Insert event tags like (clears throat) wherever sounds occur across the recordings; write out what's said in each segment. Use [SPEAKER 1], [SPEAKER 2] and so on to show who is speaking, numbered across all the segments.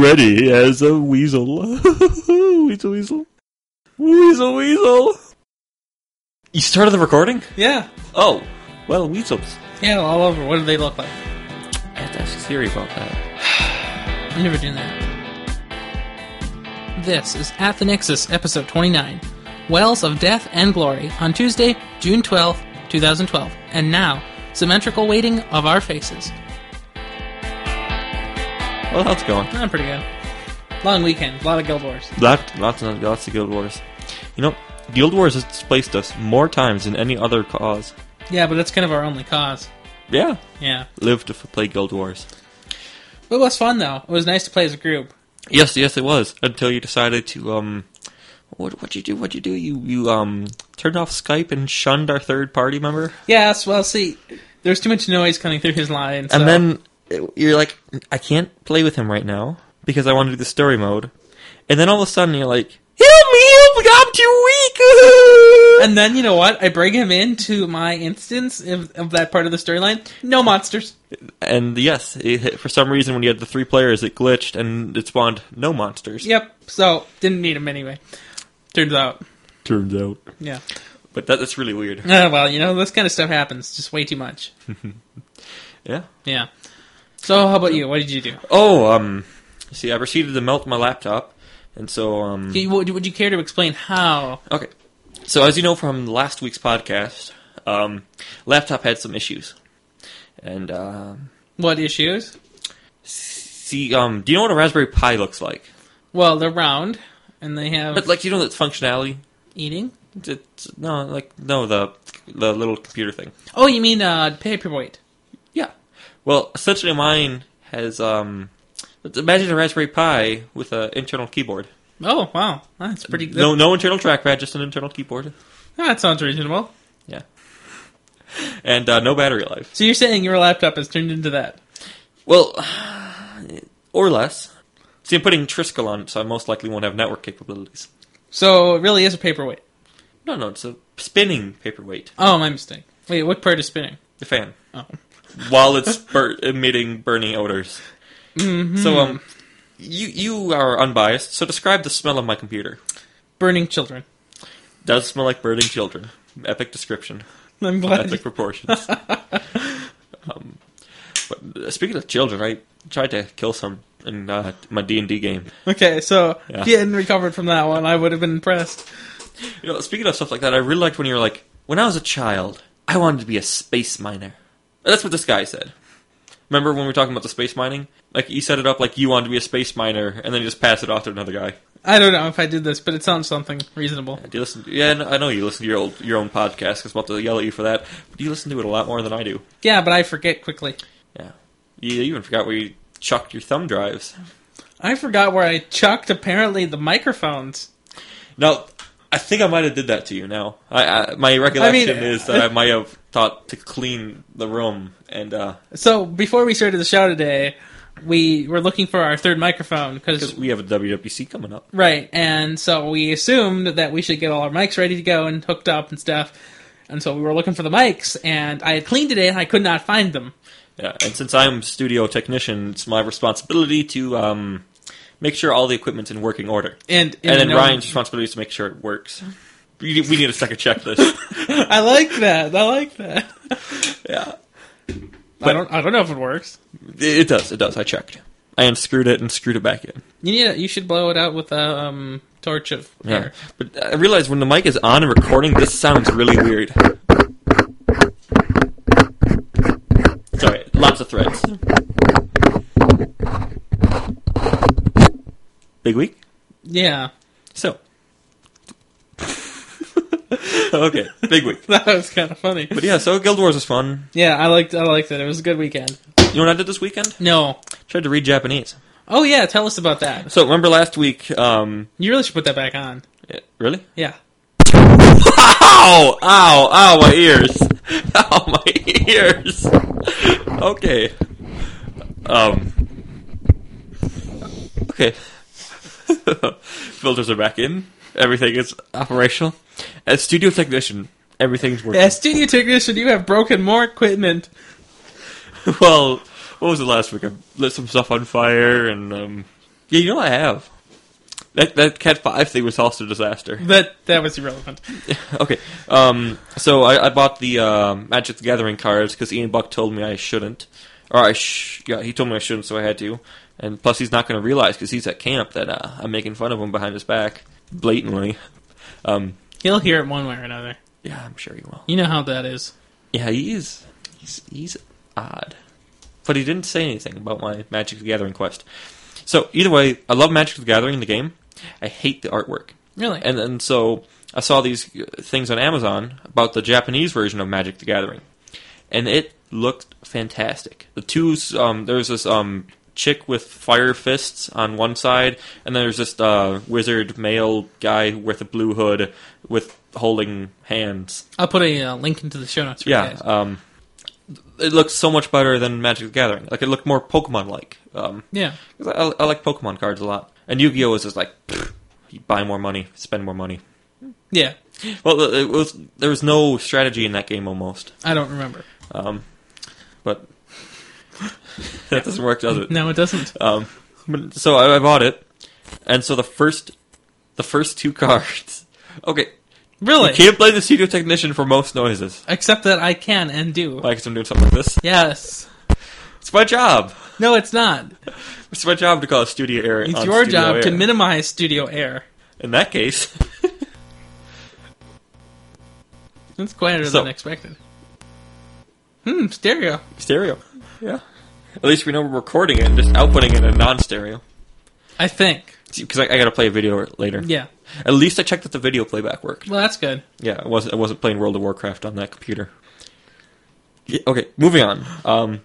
[SPEAKER 1] ready as a
[SPEAKER 2] (laughs)
[SPEAKER 1] weasel. weasel, weasel. Weasel, weasel.
[SPEAKER 2] You started the recording?
[SPEAKER 3] Yeah.
[SPEAKER 2] Oh, well, weasels.
[SPEAKER 3] Yeah, all over. What do they look like?
[SPEAKER 2] I have to ask Siri about that.
[SPEAKER 3] I never do that. This is At the Nexus, episode 29 Wells of Death and Glory, on Tuesday, June 12th, 2012. And now, symmetrical weighting of our faces.
[SPEAKER 2] Well, how's it going?
[SPEAKER 3] I'm Ah, pretty good. Long weekend, a lot of Guild Wars.
[SPEAKER 2] Lot, lots and lots of Guild Wars. You know, Guild Wars has displaced us more times than any other cause.
[SPEAKER 3] Yeah, but that's kind of our only cause.
[SPEAKER 2] Yeah,
[SPEAKER 3] Yeah.
[SPEAKER 2] live to f- play Guild Wars.
[SPEAKER 3] It was fun, though. It was nice to play as a group.
[SPEAKER 2] Yes, yes, it was until you decided to um, what what you do? What you do? You you um turned off Skype and shunned our third party member,
[SPEAKER 3] Yes, well, see, there's too much noise coming through his line. So.
[SPEAKER 2] and then uh, you're like, I can't play with him right now because I want to do the story mode, and then all of a sudden you're like, Help me! Help! I'm too weak. (laughs)
[SPEAKER 3] And then you know what? I bring him into my instance of, of that part of the storyline. No monsters.
[SPEAKER 2] And yes, it, for some reason, when you had the three players, it glitched and it spawned no monsters.
[SPEAKER 3] Yep. So didn't need him anyway. Turns out.
[SPEAKER 1] Turns out.
[SPEAKER 3] Yeah.
[SPEAKER 2] But that, that's really weird.
[SPEAKER 3] Uh, well, you know this kind of stuff happens just way too much.
[SPEAKER 2] Yeah.
[SPEAKER 3] Yeah. So how about you? What did you do?
[SPEAKER 2] Oh, um, see, I proceeded to melt my laptop, and so um.
[SPEAKER 3] You- Would would you care to explain how?
[SPEAKER 2] Okay. So as you know from last week's podcast, um, laptop had some issues, and um,
[SPEAKER 3] What issues?
[SPEAKER 2] see, um, do you know what a Raspberry Pi looks like?
[SPEAKER 3] Well, they're round and they have
[SPEAKER 2] But like, you know that functionality?
[SPEAKER 3] eating.
[SPEAKER 2] It's, no, like no, the the little computer thing.
[SPEAKER 3] Oh, you mean uh, paperweight?
[SPEAKER 2] Yeah. Well, essentially, mine has um. let's Imagine a Raspberry Pi with an internal keyboard.
[SPEAKER 3] Oh, wow, that's pretty. That,
[SPEAKER 2] No, no internal trackpad, just an internal keyboard,
[SPEAKER 3] that sounds reasonable.
[SPEAKER 2] and uh, no battery life.
[SPEAKER 3] So you're saying your laptop has turned into that?
[SPEAKER 2] Well, (sighs) or less. See, I'm putting Triskel on, it, so I most likely won't have network capabilities.
[SPEAKER 3] So it really is a paperweight.
[SPEAKER 2] No, no, it's a spinning paperweight.
[SPEAKER 3] Oh, my mistake. Wait, what part is spinning?
[SPEAKER 2] The fan.
[SPEAKER 3] Oh.
[SPEAKER 2] While it's bur- emitting burning odors. So, um, you you are unbiased. So describe the smell of my computer.
[SPEAKER 3] Burning children. (laughs)
[SPEAKER 2] Does smell like burning children. Epic description.
[SPEAKER 3] I'm glad. (laughs)
[SPEAKER 2] Epic proportions. um, but uh, speaking of children, I tried to kill some in uh, my D and D game.
[SPEAKER 3] Okay, so
[SPEAKER 2] Yeah.
[SPEAKER 3] if you hadn't recovered from that one, I would have been impressed.
[SPEAKER 2] You know, speaking of stuff like that, I really liked when you were like, when I was a child, I wanted to be a space miner. That's what this guy said. Remember when we were talking about the space mining? Like, you set it up like you wanted to be a space miner, and then you just pass it off to another guy.
[SPEAKER 3] I don't know if I did this, but it sounds something reasonable.
[SPEAKER 2] Do you listen? yeah, I know- I know you listen to your old your own podcast because I'm about to yell at you for that. But you listen to it a lot more than I do.
[SPEAKER 3] Yeah, but I forget quickly.
[SPEAKER 2] Yeah, you even forgot where you chucked your thumb drives.
[SPEAKER 3] I forgot where I chucked apparently the microphones.
[SPEAKER 2] Now, I think I might have did that to you. Now, I, I my recollection is that I might have thought to clean the room and uh,
[SPEAKER 3] So before we started the show today, we were looking for our third microphone
[SPEAKER 2] because
[SPEAKER 3] because
[SPEAKER 2] we have a WWC coming up.
[SPEAKER 3] right, and so we assumed that we should get all our mics ready to go and hooked up and stuff. And so we were looking for the mics, and I had cleaned today and I could not find them.
[SPEAKER 2] Yeah, and since I'm studio technician, it's my responsibility to um, make sure all the equipment's in working order.
[SPEAKER 3] And
[SPEAKER 2] And then
[SPEAKER 3] no-
[SPEAKER 2] Ryan's responsibility is to make sure it works. We need, we need a second checklist.
[SPEAKER 3] I like that. I like that.
[SPEAKER 2] yeah,
[SPEAKER 3] I don't. I don't know if it works.
[SPEAKER 2] it, it does. It does. I checked. I unscrewed it and screwed it back in.
[SPEAKER 3] You need. A, you should blow it out with a um, torch of
[SPEAKER 2] Yeah,
[SPEAKER 3] air.
[SPEAKER 2] but I realized when the mic is on and recording, this sounds really weird. Sorry, lots of threads. Big week.
[SPEAKER 3] Yeah, (laughs)
[SPEAKER 2] So. (laughs) okay, big week.
[SPEAKER 3] that was kind of funny.
[SPEAKER 2] But yeah, so Guild Wars was fun.
[SPEAKER 3] Yeah, I liked. I liked it. It was a good weekend.
[SPEAKER 2] You know what I did this weekend?
[SPEAKER 3] No.
[SPEAKER 2] Tried to read Japanese.
[SPEAKER 3] Oh yeah, tell us about that.
[SPEAKER 2] So remember last week? Um,
[SPEAKER 3] You really should put that back on.
[SPEAKER 2] eh, really? (laughs)
[SPEAKER 3] Yeah.
[SPEAKER 2] Ow! Ow! Ow! My ears! (laughs) Ow! My ears! okay. Um. Okay. (laughs) Filters are back in. Everything is operational. As studio technician, everything's working.
[SPEAKER 3] Yeah, studio technician, you have broken more equipment.
[SPEAKER 2] (laughs) well, what was it last week? I lit some stuff on fire and um, Yeah, you know I have. That that Cat Five thing was also a disaster. (laughs)
[SPEAKER 3] That that was irrelevant.
[SPEAKER 2] okay, um, so I, I bought the um Magic the Gathering cards because Ian Buck told me I shouldn't, or I sh- yeah he told me I shouldn't, so I had to. And plus, he's not going to realize because he's at camp that uh, I'm making fun of him behind his back blatantly. Um,
[SPEAKER 3] He'll hear it one way or another.
[SPEAKER 2] yeah, I'm sure he will.
[SPEAKER 3] You know how that is.
[SPEAKER 2] Yeah, he is. He's he's odd, but he didn't say anything about my Magic the Gathering quest. So either way, I love Magic the Gathering, the game. I hate the artwork.
[SPEAKER 3] Really?
[SPEAKER 2] And and so I saw these uh, things on Amazon about the Japanese version of Magic the Gathering, and it looked fantastic. The two um, there's this um, chick with fire fists on one side, and then there's this uh, wizard male guy with a blue hood with holding hands.
[SPEAKER 3] I'll put a uh, link into the show notes for you
[SPEAKER 2] Yeah,
[SPEAKER 3] guys.
[SPEAKER 2] um, it looked so much better than Magic the Gathering. Like it looked more Pokemon like. Um,
[SPEAKER 3] Yeah.
[SPEAKER 2] 'Cause I, I like Pokemon cards a lot, and Yu-Gi-Oh is just like, pfft, you buy more money, spend more money.
[SPEAKER 3] Yeah.
[SPEAKER 2] Well, it was there was no strategy in that game almost,
[SPEAKER 3] I don't remember.
[SPEAKER 2] um, but (laughs) that doesn't work, does it?
[SPEAKER 3] No, it doesn't.
[SPEAKER 2] Um, but- so I, I bought it, and so the first, the first two (laughs) cards. Okay,
[SPEAKER 3] Really?
[SPEAKER 2] you can't blame the studio technician for most noises.
[SPEAKER 3] Except that I can and do.
[SPEAKER 2] Like 'cause I'm doing something like this.
[SPEAKER 3] Yes.
[SPEAKER 2] It's my job.
[SPEAKER 3] No, it's not.
[SPEAKER 2] It's my job to call a studio error.
[SPEAKER 3] It's
[SPEAKER 2] on
[SPEAKER 3] your
[SPEAKER 2] studio
[SPEAKER 3] job to
[SPEAKER 2] air.
[SPEAKER 3] minimize studio air.
[SPEAKER 2] In that case, (laughs)
[SPEAKER 3] It's quieter
[SPEAKER 2] So-
[SPEAKER 3] than expected. Hmm, stereo.
[SPEAKER 2] stereo. Yeah. At least we know we're recording it and just outputting it in non-stereo.
[SPEAKER 3] I think.
[SPEAKER 2] Because I, I got to play a video later.
[SPEAKER 3] Yeah.
[SPEAKER 2] At least I checked that the video playback worked.
[SPEAKER 3] Well, that's good.
[SPEAKER 2] Yeah, I wasn't I wasn't playing World of Warcraft on that computer. Yeah, okay, moving on. Um,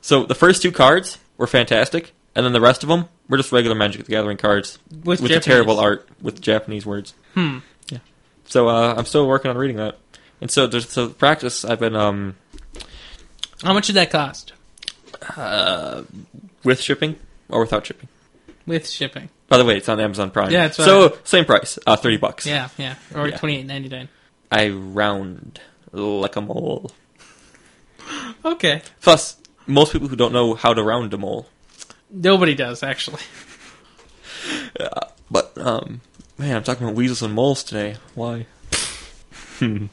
[SPEAKER 2] so the first two cards were fantastic, and then the rest of them were just regular Magic the Gathering cards
[SPEAKER 3] With,
[SPEAKER 2] with the
[SPEAKER 3] Japanese.
[SPEAKER 2] terrible art with Japanese words.
[SPEAKER 3] Hmm.
[SPEAKER 2] Yeah. So uh, I'm still working on reading that, and so there's so practice. I've been um
[SPEAKER 3] How much did that cost
[SPEAKER 2] uh with shipping or without shipping.
[SPEAKER 3] with shipping?
[SPEAKER 2] By the way, it's on Amazon Prime.
[SPEAKER 3] Yeah, that's what
[SPEAKER 2] so same price, uh, thirty bucks.
[SPEAKER 3] Yeah, yeah. Or
[SPEAKER 2] Yeah.
[SPEAKER 3] twenty eight ninety nine.
[SPEAKER 2] I round like a mole.
[SPEAKER 3] Okay.
[SPEAKER 2] Plus, most people who don't know how to round a mole.
[SPEAKER 3] Nobody does actually.
[SPEAKER 2] But um, man, I'm talking about weasels and moles today. Why? (laughs) Hmm.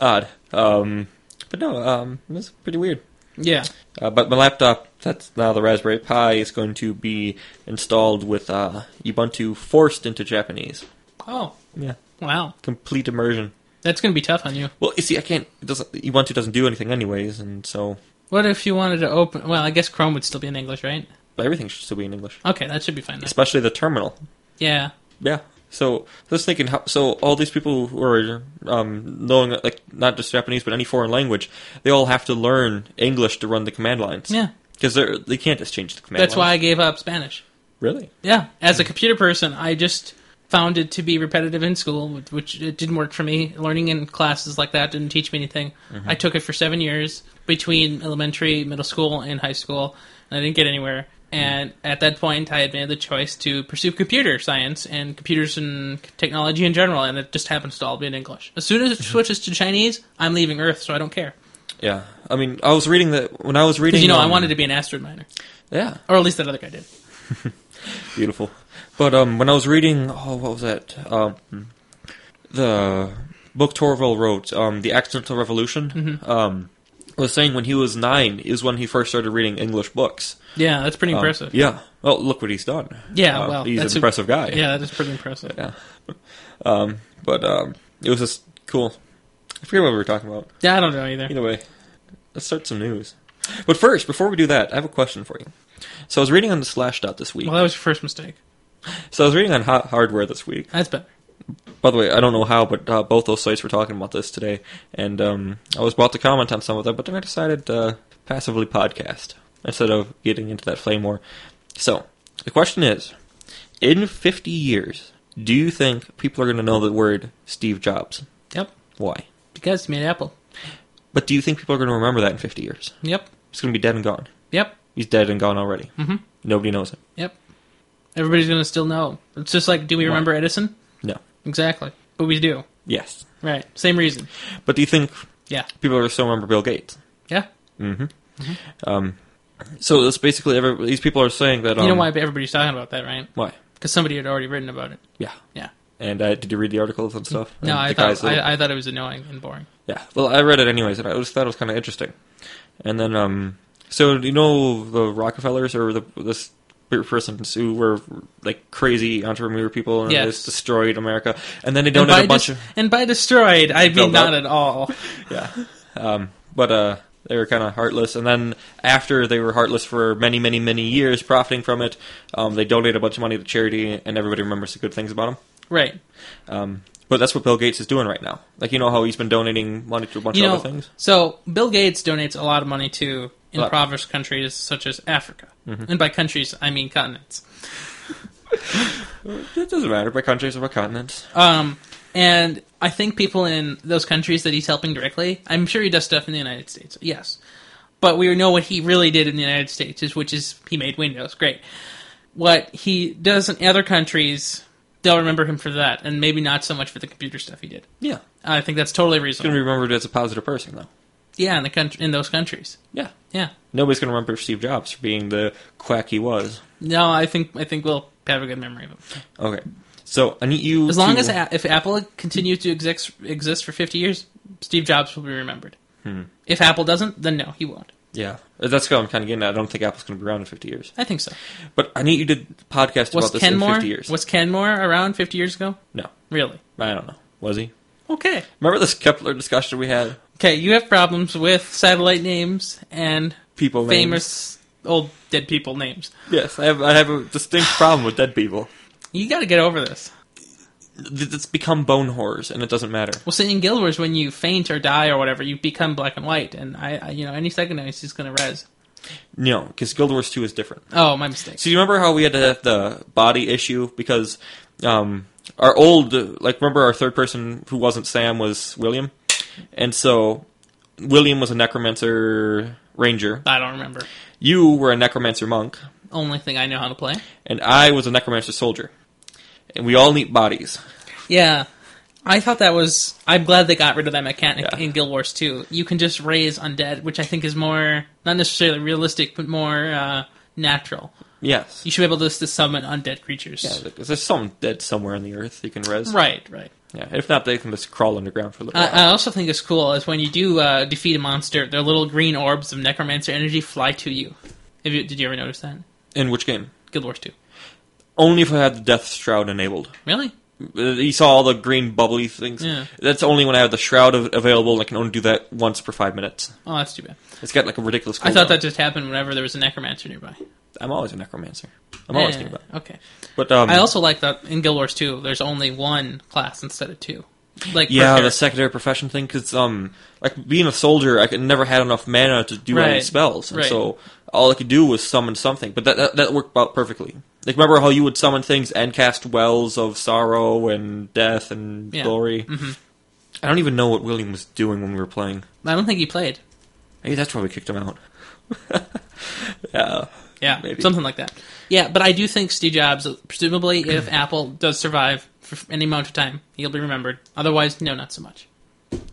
[SPEAKER 2] Odd. Um, but no, um, it's pretty weird.
[SPEAKER 3] Yeah.
[SPEAKER 2] Uh, but my laptop, that's now the Raspberry Pi, is going to be installed with uh, Ubuntu forced into Japanese.
[SPEAKER 3] Oh.
[SPEAKER 2] Yeah,
[SPEAKER 3] Wow.
[SPEAKER 2] complete immersion.
[SPEAKER 3] That's gonna be tough on you.
[SPEAKER 2] Well, you see, I can't. It doesn't Ubuntu doesn't do anything anyways, and so
[SPEAKER 3] What if you wanted to open well, I guess Chrome would still be in English, right?
[SPEAKER 2] but everything should still be in English,
[SPEAKER 3] Okay, that should be fine then.
[SPEAKER 2] especially the terminal.
[SPEAKER 3] Yeah.
[SPEAKER 2] Yeah. So I was thinking, how, so all these people who are um, knowing like not just Japanese but any foreign language, they all have to learn English to run the command lines.
[SPEAKER 3] Yeah.
[SPEAKER 2] Because they they can't just change the command.
[SPEAKER 3] That's why
[SPEAKER 2] lines.
[SPEAKER 3] I gave up Spanish.
[SPEAKER 2] Really?
[SPEAKER 3] Yeah, as a computer person, I just found it to be repetitive in school, which- which it didn't work for me. Learning in classes like that didn't teach me anything.
[SPEAKER 2] Mm-hmm.
[SPEAKER 3] I took it for seven years between elementary, middle school, and high school, and I didn't get anywhere.
[SPEAKER 2] Mm.
[SPEAKER 3] And at that point, I had made the choice to pursue computer science and computers and technology in general, and it just happens to all be in English. As soon as
[SPEAKER 2] Mm-hmm.
[SPEAKER 3] it switches to Chinese, I'm leaving Earth, so I don't care.
[SPEAKER 2] Yeah. I mean, I was reading that when I was reading.
[SPEAKER 3] Because, you know, I
[SPEAKER 2] um,
[SPEAKER 3] wanted to be an asteroid miner.
[SPEAKER 2] Yeah.
[SPEAKER 3] Or at least that other guy did.
[SPEAKER 2] Beautiful. But um, when I was reading, oh, what was that? Um, the book Torvald wrote, um, the Accidental Revolution.
[SPEAKER 3] Mm-hmm.
[SPEAKER 2] Um, was saying when he was nine is when he first started reading English books.
[SPEAKER 3] Yeah, that's pretty
[SPEAKER 2] Um,
[SPEAKER 3] impressive.
[SPEAKER 2] yeah. Well, look what he's done.
[SPEAKER 3] Yeah,
[SPEAKER 2] Uh,
[SPEAKER 3] well,
[SPEAKER 2] he's
[SPEAKER 3] that's
[SPEAKER 2] an
[SPEAKER 3] a-
[SPEAKER 2] impressive guy.
[SPEAKER 3] yeah, that is pretty impressive.
[SPEAKER 2] Yeah. Um, but um, it was just cool. I forget what we were talking about.
[SPEAKER 3] Yeah, I don't know either.
[SPEAKER 2] Either way, let's start some news. But first, before we do that, I have a question for you. So I was reading on the Slashdot this week.
[SPEAKER 3] Well, that was your first mistake.
[SPEAKER 2] So I was reading on hot hardware this week.
[SPEAKER 3] That's better.
[SPEAKER 2] By the way, I don't know how, but uh, both those sites were talking about this today, and um, I was about to comment on some of that, but then I decided to uh, passively podcast instead of getting into that flame war. So the question is: In fifty years, do you think people are going to know the word Steve Jobs?
[SPEAKER 3] Yep.
[SPEAKER 2] Why?
[SPEAKER 3] Because he made Apple.
[SPEAKER 2] But do you think people are going to remember that in fifty years?
[SPEAKER 3] Yep.
[SPEAKER 2] He's going to be dead and gone.
[SPEAKER 3] Yep.
[SPEAKER 2] He's dead and gone already.
[SPEAKER 3] Mm-hmm.
[SPEAKER 2] Nobody knows him.
[SPEAKER 3] Yep. Everybody's gonna still know. It's just like, do we
[SPEAKER 2] Why?
[SPEAKER 3] remember Edison?
[SPEAKER 2] No.
[SPEAKER 3] Exactly. But we do.
[SPEAKER 2] Yes.
[SPEAKER 3] Right. Same reason.
[SPEAKER 2] But do you think
[SPEAKER 3] Yeah.
[SPEAKER 2] people are still remember Bill Gates?
[SPEAKER 3] Yeah.
[SPEAKER 2] Mm-hmm. Um, So that's basically every, these people are saying that. Um,
[SPEAKER 3] you know why everybody's talking about that, right?
[SPEAKER 2] Why?
[SPEAKER 3] Because somebody had already written about it.
[SPEAKER 2] Yeah.
[SPEAKER 3] Yeah.
[SPEAKER 2] And uh, did you read the articles and stuff?
[SPEAKER 3] No,
[SPEAKER 2] And
[SPEAKER 3] I
[SPEAKER 2] the
[SPEAKER 3] thought
[SPEAKER 2] guys that-
[SPEAKER 3] I, I thought it was annoying and boring.
[SPEAKER 2] Yeah, well, I read it anyways, and I just thought it was kind of interesting. And then, um, so you know the Rockefellers or the this persons who were like crazy entrepreneur people and
[SPEAKER 3] Yes.
[SPEAKER 2] they just destroyed America, and then they donated
[SPEAKER 3] by
[SPEAKER 2] a bunch
[SPEAKER 3] dis- and by destroyed, I mean
[SPEAKER 2] Build up.
[SPEAKER 3] not at all.
[SPEAKER 2] of yeah, um, but uh, they were kind of heartless. And then after they were heartless for many, many, many years, profiting from it, um, they donated a bunch of money to charity, and everybody remembers the good things about them.
[SPEAKER 3] Right.
[SPEAKER 2] Um, but that's what Bill Gates is doing right now. Like you know how he's been donating money to a bunch
[SPEAKER 3] You
[SPEAKER 2] of
[SPEAKER 3] know,
[SPEAKER 2] other things.
[SPEAKER 3] so Bill Gates donates a lot of money to
[SPEAKER 2] Lot. Mm-hmm.
[SPEAKER 3] impoverished countries such as Africa. And by countries, I mean continents.
[SPEAKER 2] It doesn't matter by countries or by continents.
[SPEAKER 3] Um, and I think people in those countries that he's helping directly, I'm sure he does stuff in the United States. Yes. But we know what he really did in the United States is which is he made Windows. Great. What he does in other countries, they'll remember him for that and maybe not so much for the computer stuff he did.
[SPEAKER 2] Yeah.
[SPEAKER 3] I think that's totally
[SPEAKER 2] He's going to
[SPEAKER 3] reasonable.
[SPEAKER 2] be remembered as a positive person, though.
[SPEAKER 3] Yeah, in the country, in those countries.
[SPEAKER 2] Yeah.
[SPEAKER 3] Yeah.
[SPEAKER 2] Nobody's going to remember Steve Jobs for being the quack he was.
[SPEAKER 3] No, I think I think we'll have a good memory of him.
[SPEAKER 2] Okay. So I need you.
[SPEAKER 3] As long
[SPEAKER 2] to-
[SPEAKER 3] as A- if Apple continues to exist exist for fifty years, Steve Jobs will be remembered. If Apple doesn't, then no, he won't.
[SPEAKER 2] Yeah. That's what I'm kind of getting at. I don't think Apple's going to be around in 50 years.
[SPEAKER 3] I think so.
[SPEAKER 2] But I need you to podcast
[SPEAKER 3] Was
[SPEAKER 2] about this in
[SPEAKER 3] Kenmore
[SPEAKER 2] 50 years.
[SPEAKER 3] was Kenmore around fifty years ago?
[SPEAKER 2] No.
[SPEAKER 3] Really?
[SPEAKER 2] I don't know. Was he?
[SPEAKER 3] Okay.
[SPEAKER 2] Remember this Kepler discussion we had?
[SPEAKER 3] Okay, you have problems with satellite names and
[SPEAKER 2] People names.
[SPEAKER 3] famous old dead people names.
[SPEAKER 2] Yes. I have, I have a distinct problem with dead people.
[SPEAKER 3] You got to get over this.
[SPEAKER 2] Th- It's become bone horrors, and it doesn't matter.
[SPEAKER 3] Well, see, in Guild Wars, when you faint or die or whatever, you become black and white, and I, I you know, any second now he's just gonna res.
[SPEAKER 2] No, because Guild Wars 2 is different.
[SPEAKER 3] Oh, my mistake.
[SPEAKER 2] So you remember how we had to have the body issue because um, our old like remember our third person who wasn't Sam was William, and so William was a necromancer ranger.
[SPEAKER 3] I don't remember.
[SPEAKER 2] You were a necromancer monk,
[SPEAKER 3] Only thing I know how to play.
[SPEAKER 2] and I was a necromancer soldier, and we all need bodies.
[SPEAKER 3] Yeah. I thought that was. I'm glad they got rid of that mechanic
[SPEAKER 2] Yeah.
[SPEAKER 3] in Guild Wars 2. You can just raise undead, which I think is more, not necessarily realistic, but more uh, natural.
[SPEAKER 2] Yes,
[SPEAKER 3] You should be able to just to summon undead creatures.
[SPEAKER 2] yeah, like, there's someone dead somewhere in the earth you can res.
[SPEAKER 3] Right, Uh, right.
[SPEAKER 2] Yeah, if not, they can just crawl underground for a little
[SPEAKER 3] I,
[SPEAKER 2] while.
[SPEAKER 3] I also think it's cool is when you do uh, defeat a monster, their little green orbs of necromancer energy fly to you. Have you did you ever notice that?
[SPEAKER 2] in which game?
[SPEAKER 3] Guild Wars 2.
[SPEAKER 2] Only if I had the death shroud enabled.
[SPEAKER 3] Really?
[SPEAKER 2] You saw all the green bubbly things.
[SPEAKER 3] Yeah.
[SPEAKER 2] That's only when I have the shroud av- available, and I can only do that once per five minutes.
[SPEAKER 3] Oh, that's too bad.
[SPEAKER 2] It's got like a ridiculous.
[SPEAKER 3] I thought
[SPEAKER 2] cooldown.
[SPEAKER 3] that just happened whenever there was a necromancer nearby.
[SPEAKER 2] I'm always a necromancer. I'm always
[SPEAKER 3] Eh,
[SPEAKER 2] thinking about. It.
[SPEAKER 3] Okay.
[SPEAKER 2] But um,
[SPEAKER 3] I also like that in Guild Wars 2, there's only one class instead of two. Like per
[SPEAKER 2] yeah,
[SPEAKER 3] character.
[SPEAKER 2] the secondary profession thing because um, like being a soldier, I could never had enough mana to do any
[SPEAKER 3] Right.
[SPEAKER 2] spells, and
[SPEAKER 3] Right.
[SPEAKER 2] so all I could do was summon something. But that, that that worked out perfectly. Like remember how you would summon things and cast wells of sorrow and death and
[SPEAKER 3] Yeah. Mm-hmm.
[SPEAKER 2] glory. I don't even know what William was doing when we were playing.
[SPEAKER 3] I don't think he played.
[SPEAKER 2] Maybe that's why we kicked him out. yeah.
[SPEAKER 3] Yeah,
[SPEAKER 2] Maybe.
[SPEAKER 3] something like that. Yeah, but I do think Steve Jobs, presumably, if (clears throat) Apple does survive for any amount of time, he'll be remembered. Otherwise, no, not so much.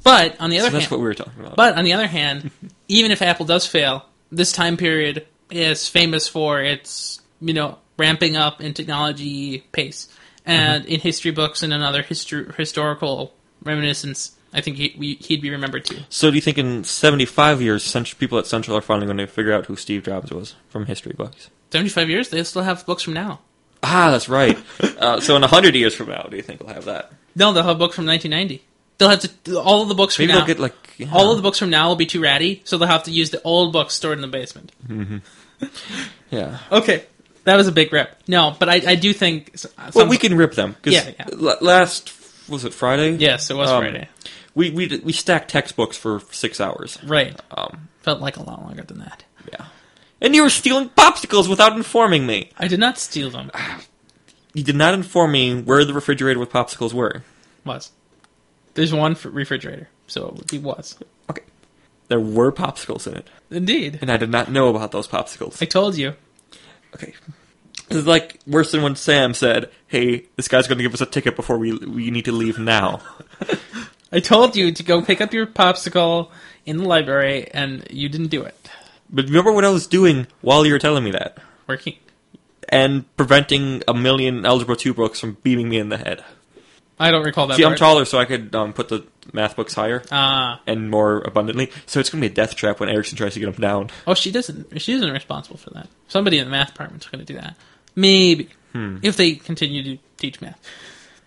[SPEAKER 3] But on the
[SPEAKER 2] So
[SPEAKER 3] other
[SPEAKER 2] that's
[SPEAKER 3] hand,
[SPEAKER 2] what we were talking about.
[SPEAKER 3] but on the other hand,
[SPEAKER 2] (laughs)
[SPEAKER 3] even if Apple does fail, this time period is famous for its you know ramping up in technology pace, and
[SPEAKER 2] Mm-hmm.
[SPEAKER 3] in history books and another history historical reminiscence, I think he, we, he'd be remembered too.
[SPEAKER 2] so do you think in 75 years, cent- people at Central are finally going to figure out who Steve Jobs was from history books?
[SPEAKER 3] Seventy-five years, they still have books from now.
[SPEAKER 2] Ah, that's right. (laughs) uh, so in 100 years from now, do you think we'll have that?
[SPEAKER 3] No, they'll have a book from 1990. They'll have to all of the books from
[SPEAKER 2] Maybe
[SPEAKER 3] now.
[SPEAKER 2] they'll get like yeah.
[SPEAKER 3] all of the books from now will be too ratty, so they'll have to use the old books stored in the basement.
[SPEAKER 2] Yeah.
[SPEAKER 3] Okay, that was a big rip. No, but I, I do think. s-
[SPEAKER 2] Well,
[SPEAKER 3] some-
[SPEAKER 2] we can rip them because
[SPEAKER 3] Yeah, yeah.
[SPEAKER 2] last was it Friday?
[SPEAKER 3] Yes, it was
[SPEAKER 2] Um,
[SPEAKER 3] Friday.
[SPEAKER 2] We we d- we stacked textbooks for six hours.
[SPEAKER 3] Right,
[SPEAKER 2] Um.
[SPEAKER 3] felt like a lot longer than that.
[SPEAKER 2] Yeah. And you were stealing popsicles without informing me.
[SPEAKER 3] I did not steal them.
[SPEAKER 2] You did not inform me where the refrigerator with popsicles were.
[SPEAKER 3] Was there's one for refrigerator, so it would be was
[SPEAKER 2] Okay. There were popsicles in it,
[SPEAKER 3] indeed.
[SPEAKER 2] and I did not know about those popsicles.
[SPEAKER 3] I told you.
[SPEAKER 2] Okay. This is like worse than when Sam said, "Hey, this guy's going to give us a ticket before we we need to leave now."
[SPEAKER 3] I told you to go pick up your popsicle in the library, and you didn't do it.
[SPEAKER 2] But remember what I was doing while you were telling me that,
[SPEAKER 3] Working.
[SPEAKER 2] and preventing a million Algebra Two books from beating me in the head.
[SPEAKER 3] I don't recall that.
[SPEAKER 2] See, I'm
[SPEAKER 3] part.
[SPEAKER 2] taller, so I could um, put the math books higher
[SPEAKER 3] Ah.
[SPEAKER 2] and more abundantly. So it's gonna be a death trap when Erickson tries to get them down.
[SPEAKER 3] oh, she doesn't. She isn't responsible for that. Somebody in the math department's going to do that. Maybe
[SPEAKER 2] Hmm.
[SPEAKER 3] if they continue to teach math.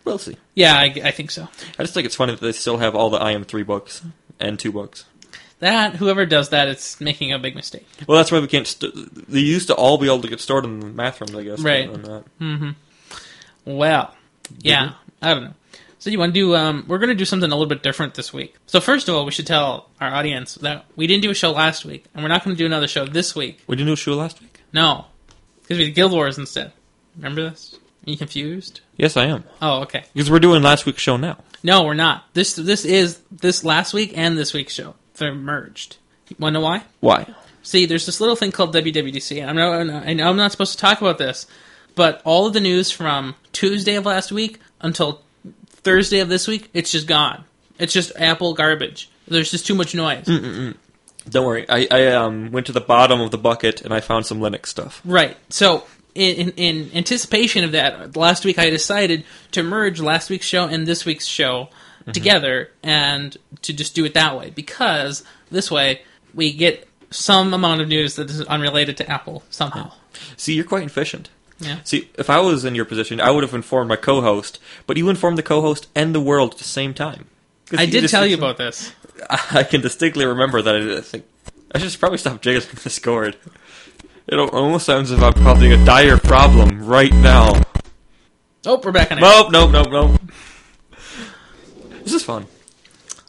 [SPEAKER 2] We'll see.
[SPEAKER 3] Yeah, I, I think so.
[SPEAKER 2] I just think it's funny that they still have all the I am three books and two books.
[SPEAKER 3] That whoever does that, it's making a big mistake.
[SPEAKER 2] Well, that's why we can't. St- they used to all be able to get started in the math rooms, I guess. but
[SPEAKER 3] Right.
[SPEAKER 2] they're not.
[SPEAKER 3] Well, yeah, I don't know. So you want to do? Um, we're going to do something a little bit different this week. So first of all, we should tell our audience that we didn't do a show last week, and we're not going to do another show this week.
[SPEAKER 2] We didn't do a show last week.
[SPEAKER 3] No, because we did Guild Wars instead. Remember this? you confused?
[SPEAKER 2] Yes, I am
[SPEAKER 3] Oh, okay.
[SPEAKER 2] because we're doing last week's show now.
[SPEAKER 3] No, we're not. This this is this last week and this week's show. They're merged. You want to know why?
[SPEAKER 2] Why?
[SPEAKER 3] See, there's this little thing called WWDC, and I'm not, I know I'm not supposed to talk about this, but all of the news from Tuesday of last week until Thursday of this week, it's just gone. It's just Apple garbage. There's just too much noise.
[SPEAKER 2] Don't worry. I, I um, went to the bottom of the bucket and I found some Linux stuff.
[SPEAKER 3] Right. So, in, in, in anticipation of that, last week I decided to merge last week's show and this week's show together and to just do it that way because this way we get some amount of news that is unrelated to Apple somehow.
[SPEAKER 2] See, you're quite efficient.
[SPEAKER 3] Yeah.
[SPEAKER 2] See, if I was in your position, I would have informed my co-host, but you informed the co-host and the world at the same time. 'Cause
[SPEAKER 3] I did tell you
[SPEAKER 2] distinct-
[SPEAKER 3] about this.
[SPEAKER 2] (laughs) I can distinctly remember that I did. I think I should probably stop jiggling (laughs) the scored. It al- almost sounds as if I'm causing a dire problem right now.
[SPEAKER 3] Oh, we're back on it.
[SPEAKER 2] Nope, nope, nope, nope. This is fun,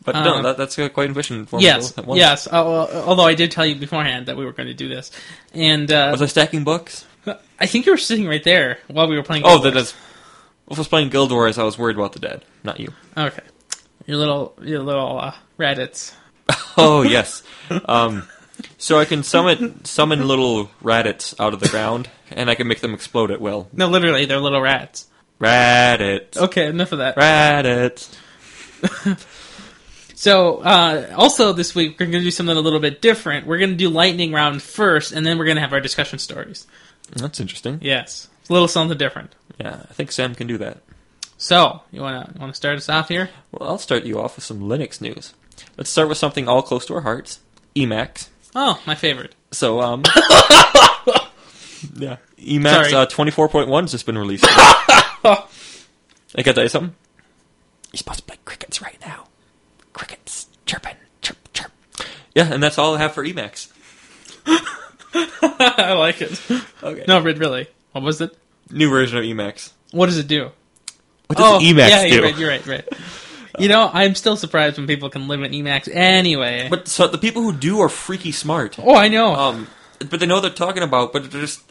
[SPEAKER 2] but no,
[SPEAKER 3] Um,
[SPEAKER 2] that, that's quite efficient. for me
[SPEAKER 3] yes,
[SPEAKER 2] at once.
[SPEAKER 3] yes. al- al- Although I did tell you beforehand that we were going to do this, and uh,
[SPEAKER 2] Was I stacking books?
[SPEAKER 3] I think you were sitting right there while we were playing.
[SPEAKER 2] Oh,
[SPEAKER 3] Guild
[SPEAKER 2] that
[SPEAKER 3] Wars.
[SPEAKER 2] is. If I was playing Guild Wars, I was worried about the dead, not you.
[SPEAKER 3] okay. Your little, your little uh, Raditz.
[SPEAKER 2] Oh yes. Um, so I can summon summon little radits out of the ground, and I can make them explode at will.
[SPEAKER 3] No, literally, they're little rats.
[SPEAKER 2] Radits.
[SPEAKER 3] Okay, enough of that.
[SPEAKER 2] Radits.
[SPEAKER 3] So, uh, also this week we're going to do something a little bit different. We're going to do lightning round first, and then we're going to have our discussion stories.
[SPEAKER 2] That's interesting.
[SPEAKER 3] Yes, it's a little something different.
[SPEAKER 2] Yeah, I think Sam can do that.
[SPEAKER 3] So, you want to want to start us off here?
[SPEAKER 2] Well, I'll start you off with some Linux news. Let's start with something all close to our hearts, Emacs.
[SPEAKER 3] Oh, my favorite. (laughs)
[SPEAKER 2] So,
[SPEAKER 3] (coughs)
[SPEAKER 2] um, yeah,
[SPEAKER 3] Sorry.
[SPEAKER 2] Emacs uh, 24.1's just been
[SPEAKER 3] (laughs)
[SPEAKER 2] released. I can tell you something. You're supposed to play crickets right now. Crickets chirping, chirp, chirp. Yeah, and that's all I have for E Emacs.
[SPEAKER 3] I like it.
[SPEAKER 2] Okay.
[SPEAKER 3] No, but really, what was it?
[SPEAKER 2] New version of E Oh, Emacs.
[SPEAKER 3] What does it do?
[SPEAKER 2] What does Emacs
[SPEAKER 3] Oh, yeah,
[SPEAKER 2] do?
[SPEAKER 3] You're right, you're right, right. You know, I'm still surprised when people can live in Emacs anyway.
[SPEAKER 2] But so the people who do are freaky smart.
[SPEAKER 3] oh, I know.
[SPEAKER 2] Um, but they know what they're talking about, but they're just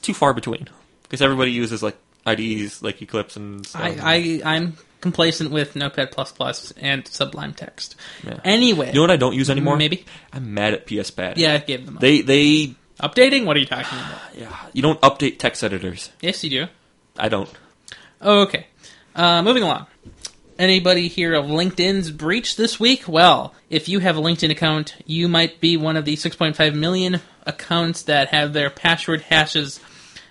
[SPEAKER 2] too far between because everybody uses like IDEs, like Eclipse and stuff.
[SPEAKER 3] I, I, I'm complacent with Notepad++ and Sublime Text.
[SPEAKER 2] Yeah.
[SPEAKER 3] Anyway.
[SPEAKER 2] you know what I don't use anymore?
[SPEAKER 3] Maybe.
[SPEAKER 2] I'm mad at PS Pad.
[SPEAKER 3] Yeah, I gave them up.
[SPEAKER 2] they they
[SPEAKER 3] Updating? What are you talking about?
[SPEAKER 2] yeah. You don't update text editors.
[SPEAKER 3] Yes, you do.
[SPEAKER 2] I don't.
[SPEAKER 3] Okay. Uh, moving along. Anybody hear of LinkedIn's breach this week? Well, if you have a LinkedIn account, you might be one of the 6.5 million accounts that have their password hashes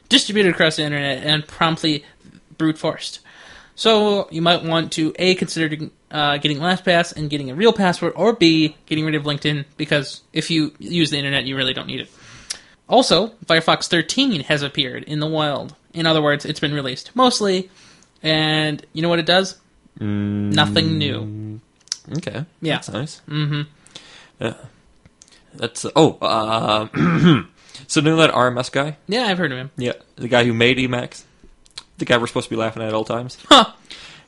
[SPEAKER 3] distributed across the internet and promptly brute forced. So you might want to a consider uh, getting LastPass and getting a real password, or b getting rid of LinkedIn because if you use the internet, you really don't need it. Also, Firefox 13 has appeared in the wild. In other words, it's been released mostly, and you know what it does? Nothing new.
[SPEAKER 2] Mm. Okay.
[SPEAKER 3] Yeah.
[SPEAKER 2] That's nice. Mm-hmm. Yeah. That's oh. Uh, (clears throat) so you know that RMS guy?
[SPEAKER 3] Yeah, I've heard of him.
[SPEAKER 2] Yeah, the guy who made Emacs. The guy we're supposed to be laughing at at all times.
[SPEAKER 3] Huh.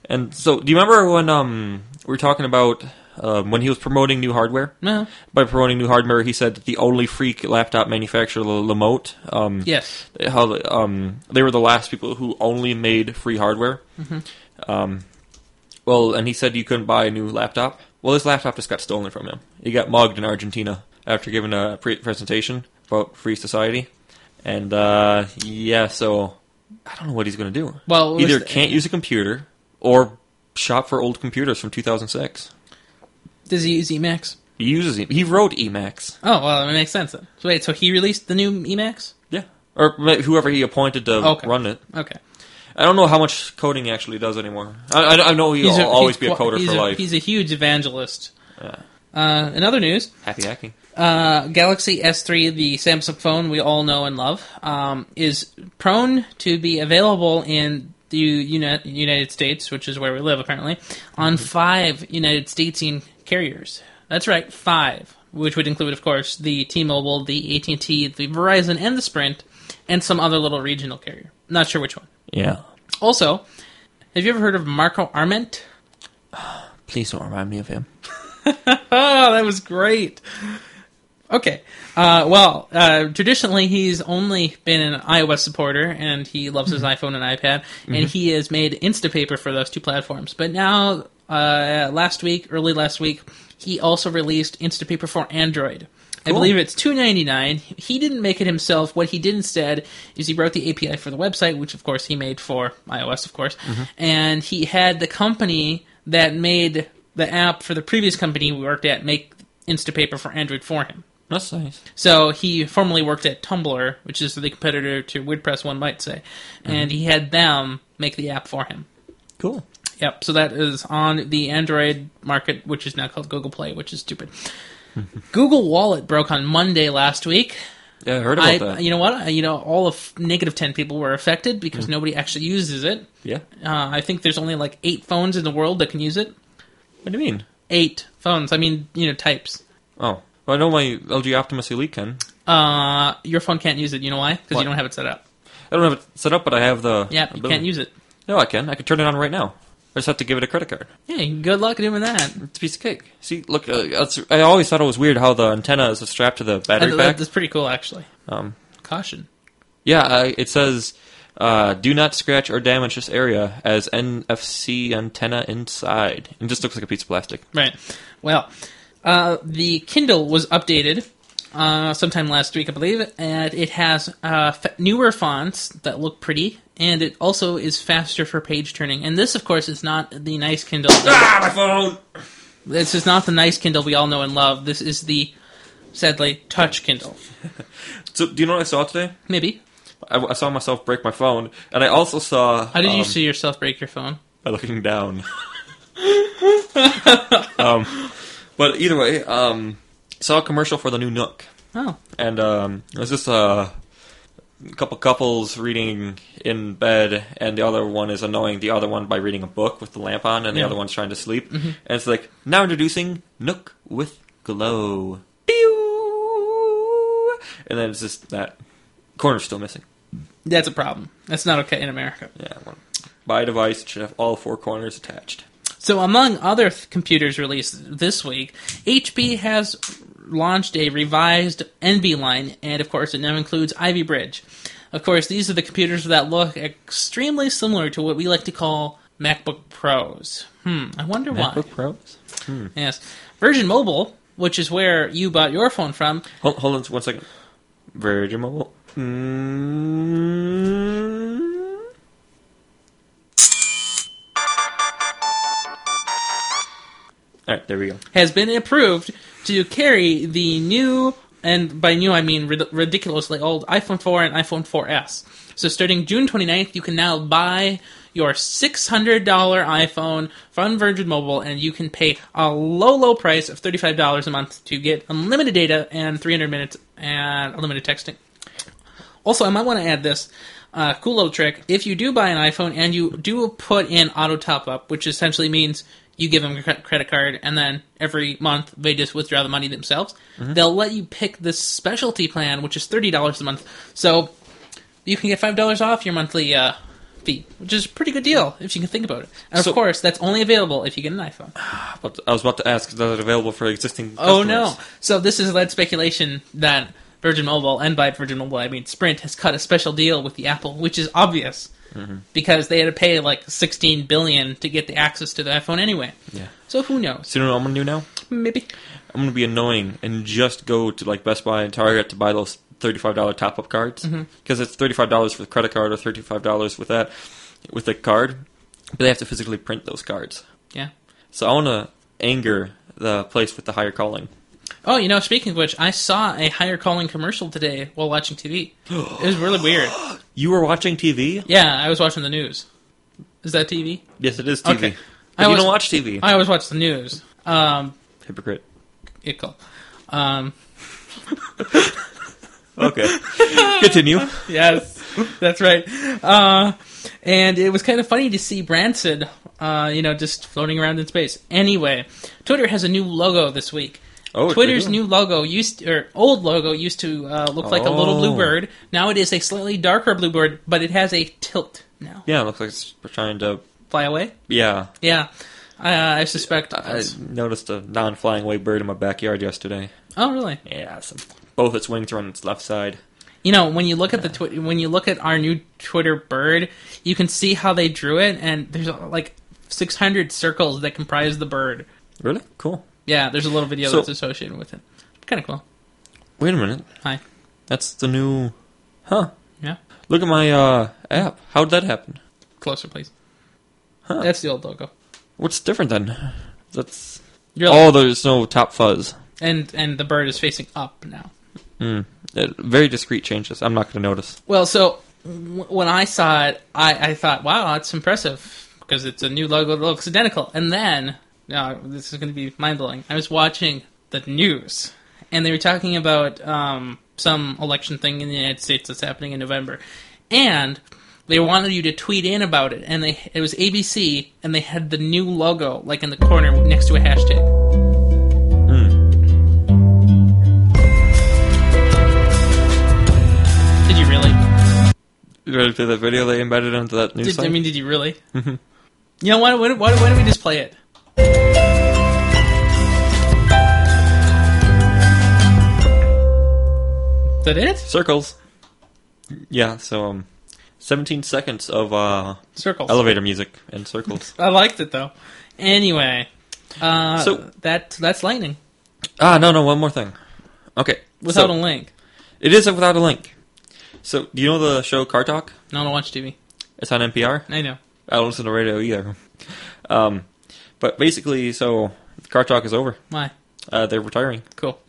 [SPEAKER 2] And so, do you remember when um we were talking about um, when he was promoting new hardware? (laughs)
[SPEAKER 3] Well,
[SPEAKER 2] By promoting new hardware, he said that the only freak laptop manufacturer, Lamote, um,
[SPEAKER 3] yes.
[SPEAKER 2] how the- um, they were the last people who only made free hardware.
[SPEAKER 3] Mm-hmm.
[SPEAKER 2] Um, well, and he said you couldn't buy a new laptop. Well, his laptop just got stolen from him. He got mugged in Argentina after giving a pre- presentation about free society, and uh, yeah, so I don't know what he's going to do.
[SPEAKER 3] Well, eh. it was
[SPEAKER 2] either
[SPEAKER 3] the-
[SPEAKER 2] can't use a computer or shop for old computers from 2006.
[SPEAKER 3] Does he use Emacs?
[SPEAKER 2] He uses E- he wrote Emacs.
[SPEAKER 3] Oh well, it makes sense then. So wait, so he released the new Emacs?
[SPEAKER 2] Yeah, or ma- whoever he appointed to
[SPEAKER 3] Okay.
[SPEAKER 2] run it.
[SPEAKER 3] Okay,
[SPEAKER 2] I don't know how much coding he actually does anymore. I, I, I know he'll always be a coder
[SPEAKER 3] he's
[SPEAKER 2] for life.
[SPEAKER 3] He's a huge evangelist.
[SPEAKER 2] Yeah.
[SPEAKER 3] Uh, in other news,
[SPEAKER 2] Happy hacking.
[SPEAKER 3] uh, Galaxy S3, the Samsung phone we all know and love, um, is prone to be available in the uni- United States, which is where we live apparently, on five United Statesian carriers. That's right, five, which would include, of course, the T-Mobile, the AT&T, the Verizon, and the Sprint, and some other little regional carrier. Not sure which one.
[SPEAKER 2] Yeah.
[SPEAKER 3] Also, have you ever heard of Marco Arment?
[SPEAKER 2] Please don't remind me of him.
[SPEAKER 3] Oh, that was great. Okay. Uh, well, uh, traditionally, he's only been an iOS supporter, and he loves his iPhone and iPad, and he has made Instapaper for those two platforms. But now, uh, last week, early last week, he also released Instapaper for Android. I
[SPEAKER 2] Cool.
[SPEAKER 3] believe it's two ninety nine. He didn't make it himself. What he did instead is he wrote the API for the website, which of course he made for iOS, of course, and he had the company that made the app for the previous company we worked at make Instapaper for Android for him.
[SPEAKER 2] That's nice.
[SPEAKER 3] So he formerly worked at Tumblr, which is the competitor to WordPress, one might say,
[SPEAKER 2] Mm-hmm.
[SPEAKER 3] and he had them make the app for him.
[SPEAKER 2] Cool.
[SPEAKER 3] Yep. So that is on the Android market, which is now called Google Play, which is
[SPEAKER 2] (laughs)
[SPEAKER 3] stupid. Google Wallet broke on Monday last week.
[SPEAKER 2] Yeah, I heard about
[SPEAKER 3] I,
[SPEAKER 2] that.
[SPEAKER 3] you know what? I- You know, all of negative ten people were affected
[SPEAKER 2] Mm.
[SPEAKER 3] because nobody actually uses it.
[SPEAKER 2] yeah.
[SPEAKER 3] Uh, I think there's only like eight phones in the world that can use it.
[SPEAKER 2] What do you mean?
[SPEAKER 3] Eight phones. I mean, you know, types.
[SPEAKER 2] Oh, well, I know my LG Optimus Elite can.
[SPEAKER 3] Uh, your phone can't use it. You know why? Because
[SPEAKER 2] Why?
[SPEAKER 3] you don't have it set up.
[SPEAKER 2] I don't have it set up, but I have the.
[SPEAKER 3] Yeah, you can't use it.
[SPEAKER 2] No, I can. I can turn it on right now. I just have to give it a credit card.
[SPEAKER 3] Yeah, good luck doing that.
[SPEAKER 2] It's a piece of cake. See, look, uh, that's, I always thought it was weird how the antenna is strapped to the
[SPEAKER 3] I
[SPEAKER 2] battery
[SPEAKER 3] thought
[SPEAKER 2] pack.
[SPEAKER 3] That's pretty cool, actually.
[SPEAKER 2] Um,
[SPEAKER 3] Caution.
[SPEAKER 2] yeah, I, it says, uh, "Do not scratch or damage this area as NFC antenna inside." It just looks like a piece of plastic.
[SPEAKER 3] Right. Well, uh, the Kindle was updated uh, sometime last week, I believe, and it has uh, f- newer fonts that look pretty, and it also is faster for page turning. And this, of course, is not the nice Kindle.
[SPEAKER 2] Ah, my phone.
[SPEAKER 3] this is not the nice Kindle we all know and love. This is the, sadly, touch Kindle.
[SPEAKER 2] So, do you know what I saw today?
[SPEAKER 3] Maybe.
[SPEAKER 2] I, I saw myself break my phone, and I also saw.
[SPEAKER 3] How did you
[SPEAKER 2] um,
[SPEAKER 3] see yourself break your phone?
[SPEAKER 2] by looking
[SPEAKER 3] (laughs)
[SPEAKER 2] down. um, but either way, um, saw a commercial for the new Nook,
[SPEAKER 3] Oh,
[SPEAKER 2] and um, it was just uh, a couple couples reading in bed, and the other one is annoying the other one by reading a book with the lamp on, and the
[SPEAKER 3] Yeah. Mm-hmm.
[SPEAKER 2] other one's trying to sleep. And it's like now introducing Nook with glow. Pew! And then it's just that corner's still missing.
[SPEAKER 3] that's a problem. That's not okay in America.
[SPEAKER 2] Yeah, I want buy a device. It should have all four corners attached.
[SPEAKER 3] So, among other th- computers released this week, HP has launched a revised Envy line, and of course, it now includes Ivy Bridge. Of course, these are the computers that look extremely similar to what we like to call MacBook Pros. Hmm, I wonder why.
[SPEAKER 2] MacBook Pros.
[SPEAKER 3] Yes. Virgin Mobile, which is where you bought your phone from,
[SPEAKER 2] Hold, hold on one second. Virgin Mobile. Mm. All right, there we go.
[SPEAKER 3] has been approved to carry the new, and by new I mean rid- ridiculously old, iPhone 4 and iPhone 4S. So starting June 29th, you can now buy your $600 iPhone from Virgin Mobile, and you can pay a low, low price of $35 a month to get unlimited data and 300 minutes and unlimited texting. Also, I might want to add this uh, cool little trick. If you do buy an iPhone and you do put in auto top up, which essentially means you give them a cre- credit card and then every month they just withdraw the money themselves, they'll let you pick this specialty plan, which is $30 a month. So you can get $5 off your monthly uh, fee, which is a pretty good deal if you can think about it. And
[SPEAKER 2] So-
[SPEAKER 3] of course, that's only available if you get an iPhone.
[SPEAKER 2] But I was about to ask, is that available for existing
[SPEAKER 3] Oh
[SPEAKER 2] customers?
[SPEAKER 3] no! So this has led speculation that Virgin Mobile, and by Virgin Mobile I mean Sprint, has cut a special deal with the Apple, which is obvious because they had to pay like sixteen billion to get the access to the iPhone anyway.
[SPEAKER 2] Yeah.
[SPEAKER 3] So who knows?
[SPEAKER 2] So you know what I'm going to do now?
[SPEAKER 3] Maybe.
[SPEAKER 2] I'm going to be annoying and just go to like Best Buy and Target to buy those $35 top-up cards.
[SPEAKER 3] Mm-hmm.
[SPEAKER 2] Because it's $35 for the credit card or $35 with that, with the card. But they have to physically print those cards.
[SPEAKER 3] Yeah.
[SPEAKER 2] So I want to anger the place with the higher calling.
[SPEAKER 3] Oh, you know, speaking of which, I saw a higher calling commercial today while watching TV. It was really weird.
[SPEAKER 2] You were watching TV?
[SPEAKER 3] Yeah, I was watching the news. Is that TV?
[SPEAKER 2] Yes, it is TV.
[SPEAKER 3] Okay.
[SPEAKER 2] But
[SPEAKER 3] I
[SPEAKER 2] you
[SPEAKER 3] was-
[SPEAKER 2] don't watch TV.
[SPEAKER 3] I always watch the news. Um,
[SPEAKER 2] Hypocrite.
[SPEAKER 3] ickle. Um,
[SPEAKER 2] Okay. (laughs) Continue.
[SPEAKER 3] (laughs) yes, that's right. Uh, and it was kind of funny to see Branson, uh, you know, just floating around in space. Anyway, Twitter has a new logo this week.
[SPEAKER 2] Oh, it's
[SPEAKER 3] Twitter's
[SPEAKER 2] redoing.
[SPEAKER 3] new logo used or old logo used to uh, look like a little
[SPEAKER 2] Oh.
[SPEAKER 3] blue bird. Now it is a slightly darker blue bird, but it has a tilt now.
[SPEAKER 2] Yeah, it looks like it's trying to.
[SPEAKER 3] Fly away?
[SPEAKER 2] Yeah.
[SPEAKER 3] Yeah, uh, I suspect.
[SPEAKER 2] I noticed a non flying away bird in my backyard yesterday.
[SPEAKER 3] oh, really?
[SPEAKER 2] Yeah, some, both its wings are on its left side.
[SPEAKER 3] You know, when you look at the twi- when you look at our new Twitter bird, you can see how they drew it, and there's uh, like 600 circles that comprise the bird.
[SPEAKER 2] Really? Cool.
[SPEAKER 3] Yeah, there's a little video
[SPEAKER 2] So-
[SPEAKER 3] that's associated with it. Kind of cool.
[SPEAKER 2] Wait a minute.
[SPEAKER 3] Hi.
[SPEAKER 2] That's the new. Huh.
[SPEAKER 3] Yeah.
[SPEAKER 2] Look at my uh, app. How'd that happen?
[SPEAKER 3] Closer, please.
[SPEAKER 2] Huh.
[SPEAKER 3] That's the old logo.
[SPEAKER 2] What's different then? That's.
[SPEAKER 3] You're
[SPEAKER 2] Oh, there's no top fuzz.
[SPEAKER 3] and and the bird is facing up now.
[SPEAKER 2] Uh, very discreet changes. I'm not going to notice.
[SPEAKER 3] Well, so w- when I saw it, I, I thought, wow, that's impressive because it's a new logo that looks identical. And then, now this is going to be mind blowing. I was watching the news, and they were talking about um, some election thing in the United States that's happening in November, and they wanted you to tweet in about it. And they it was ABC, and they had the new logo like in the corner next to a hashtag. Did you really?
[SPEAKER 2] You ready to play that video they embedded into that news
[SPEAKER 3] Did,
[SPEAKER 2] site?
[SPEAKER 3] I mean, did you really? you
[SPEAKER 2] Mm-hmm.
[SPEAKER 3] know, why, why, why, why don't we just play it? Is that it?
[SPEAKER 2] Circles. Yeah, so um, 17 seconds of uh,
[SPEAKER 3] Circles.
[SPEAKER 2] elevator music and circles.
[SPEAKER 3] I liked it though. Anyway, uh,
[SPEAKER 2] So-
[SPEAKER 3] that that's lightning
[SPEAKER 2] (laughs) ah, no, no, one more thing. Okay.
[SPEAKER 3] without
[SPEAKER 2] so,
[SPEAKER 3] a link.
[SPEAKER 2] It is without a link. So, do you know the show Car Talk?
[SPEAKER 3] No, I don't watch TV.
[SPEAKER 2] It's on NPR.
[SPEAKER 3] I know.
[SPEAKER 2] I don't listen to radio either. Um, but basically, so Car Talk is over.
[SPEAKER 3] Why?
[SPEAKER 2] Uh, they're retiring.
[SPEAKER 3] Cool.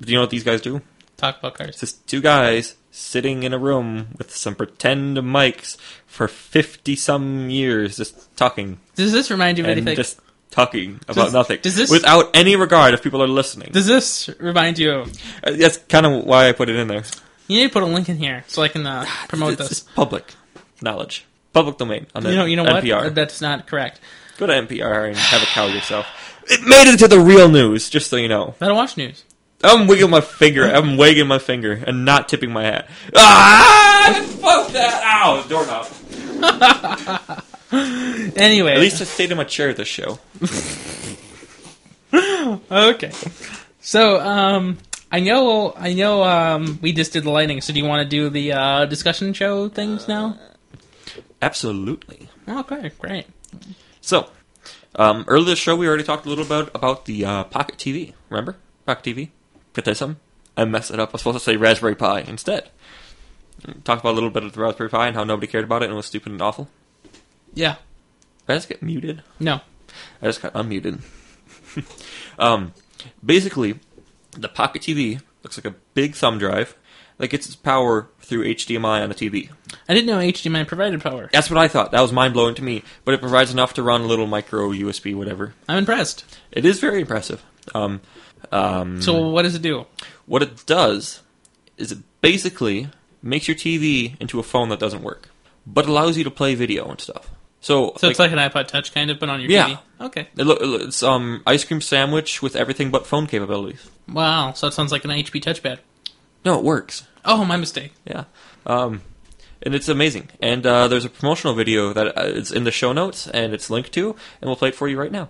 [SPEAKER 2] Do you know what these guys do?
[SPEAKER 3] Talk about cars.
[SPEAKER 2] It's just two guys sitting in a room with some pretend mics for 50 some years just talking
[SPEAKER 3] Does this remind you of
[SPEAKER 2] and
[SPEAKER 3] anything?
[SPEAKER 2] just talking about nothing
[SPEAKER 3] does this-
[SPEAKER 2] without any regard if people are listening.
[SPEAKER 3] Does this remind you of?
[SPEAKER 2] Uh, That's kind of why I put it in there.
[SPEAKER 3] You need to put a link in here so I can uh, promote
[SPEAKER 2] it's,
[SPEAKER 3] this.
[SPEAKER 2] it's public knowledge, public domain. On
[SPEAKER 3] You know, you know what? Uh,
[SPEAKER 2] NPR.
[SPEAKER 3] That's not correct.
[SPEAKER 2] Go to NPR and have a cow yourself. It made it to the real news, just so you know.
[SPEAKER 3] I don't watch news.
[SPEAKER 2] I'm wiggling my finger. I'm wagging my finger and not tipping my hat. Ah! Fuck that! Ow! Doorknob.
[SPEAKER 3] Anyway,
[SPEAKER 2] At least I stayed in my chair this show.
[SPEAKER 3] Okay. So, um, I know, I know, um, we just did the lightning. So, do you want to do the uh, discussion show things now?
[SPEAKER 2] Absolutely.
[SPEAKER 3] Okay, great.
[SPEAKER 2] So, um, earlier this show we already talked a little about about the uh, Pocket TV. Remember Pocket TV? Get that some? I messed it up. I was supposed to say Raspberry Pi instead. Talked about a little bit of the Raspberry Pi and how nobody cared about it and it was stupid and awful.
[SPEAKER 3] Yeah.
[SPEAKER 2] Did I just get muted?
[SPEAKER 3] No.
[SPEAKER 2] I just got unmuted. (laughs) um, basically, the Pocket TV looks like a big thumb drive that gets its power through HDMI on a TV.
[SPEAKER 3] I didn't know HDMI provided power.
[SPEAKER 2] That's what I thought. That was mind blowing to me. But it provides enough to run a little micro USB, whatever.
[SPEAKER 3] I'm impressed.
[SPEAKER 2] It is very impressive. Um, um,
[SPEAKER 3] So, what does it do?
[SPEAKER 2] what it does is it basically makes your TV into a phone that doesn't work, but allows you to play video and stuff. So,
[SPEAKER 3] So, it's like an iPod Touch kind of, but on your
[SPEAKER 2] Yeah.
[SPEAKER 3] TV. Okay.
[SPEAKER 2] it lo- it lo- it's um ice cream sandwich with everything but phone capabilities.
[SPEAKER 3] Wow. So, it sounds like an HP touchpad.
[SPEAKER 2] No, it works.
[SPEAKER 3] Oh, my mistake.
[SPEAKER 2] Yeah. Um, and it's amazing. And uh, there's a promotional video that uh, is in the show notes and it's linked to, and we'll play it for you right now.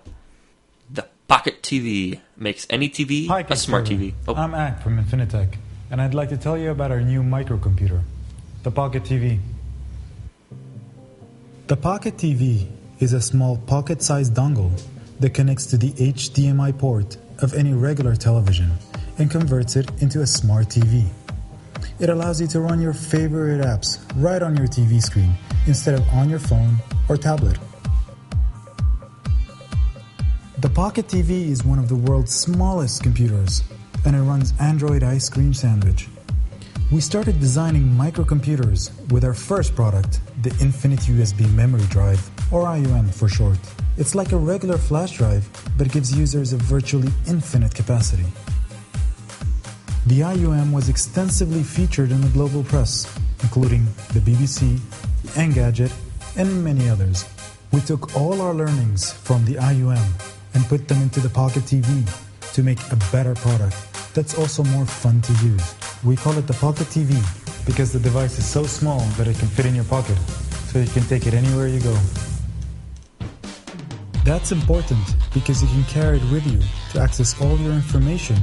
[SPEAKER 2] The Pocket TV makes any TV
[SPEAKER 4] Hi,
[SPEAKER 2] a smart
[SPEAKER 4] Kickstarter.
[SPEAKER 2] TV. Oh,
[SPEAKER 4] I'm Ak from Infinitech, and I'd like to tell you about our new microcomputer, the Pocket TV. The Pocket TV is a small pocket sized dongle that connects to the HDMI port of any regular television and converts it into a smart TV. It allows you to run your favorite apps right on your TV screen instead of on your phone or tablet. The Pocket TV is one of the world's smallest computers, and I runs Android Ice Cream Sandwich. We started designing microcomputers with our first product, the Infinite USB Memory Drive, or IUM for short. It's like a regular flash drive, but it gives users a virtually infinite capacity. The IUM was extensively featured in the global press, including the BBC, Engadget, and many others. We took all our learnings from the IUM and put them into the Pocket TV to make a better product that's also more fun to use. We call it the Pocket TV because the device is so small that it can fit in your pocket, so you can take it anywhere you go. That's important because you can carry it with you to access all your information,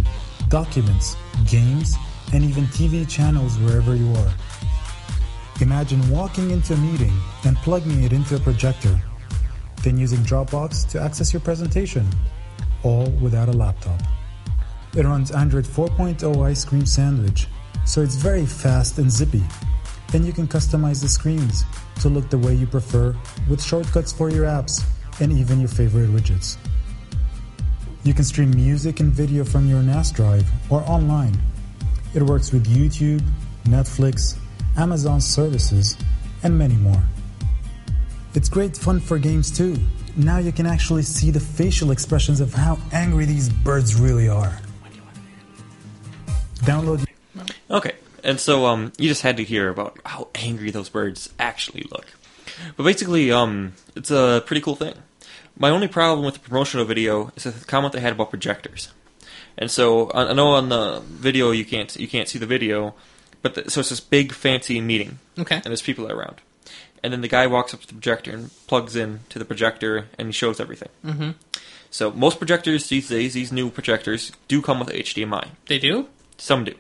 [SPEAKER 4] documents, games, and even TV channels wherever you are. Imagine walking into a meeting and plugging it into a projector, then using Dropbox to access your presentation, all without a laptop. It runs Android 4.0 Ice Cream Sandwich, so it's very fast and zippy. And you can customize the screens to look the way you prefer with shortcuts for your apps and even your favorite widgets. You can stream music and video from your NAS drive or online. It works with YouTube, Netflix, Amazon services, and many more. It's great fun for games too. Now you can actually see the facial expressions of how angry these birds really are. Download
[SPEAKER 2] Okay, and so um, you just had to hear about how angry those birds actually look. But basically, um, it's a pretty cool thing. My only problem with the promotional video is the comment they had about projectors. And so I I know on the video you can't you can't see the video, but the, so it's this big fancy meeting,
[SPEAKER 3] Okay.
[SPEAKER 2] and there's people around. And then the guy walks up to the projector and plugs in to the projector and he shows everything. Mm-hmm. So most projectors these days, these new projectors, do come with HDMI.
[SPEAKER 3] They do.
[SPEAKER 2] Some do.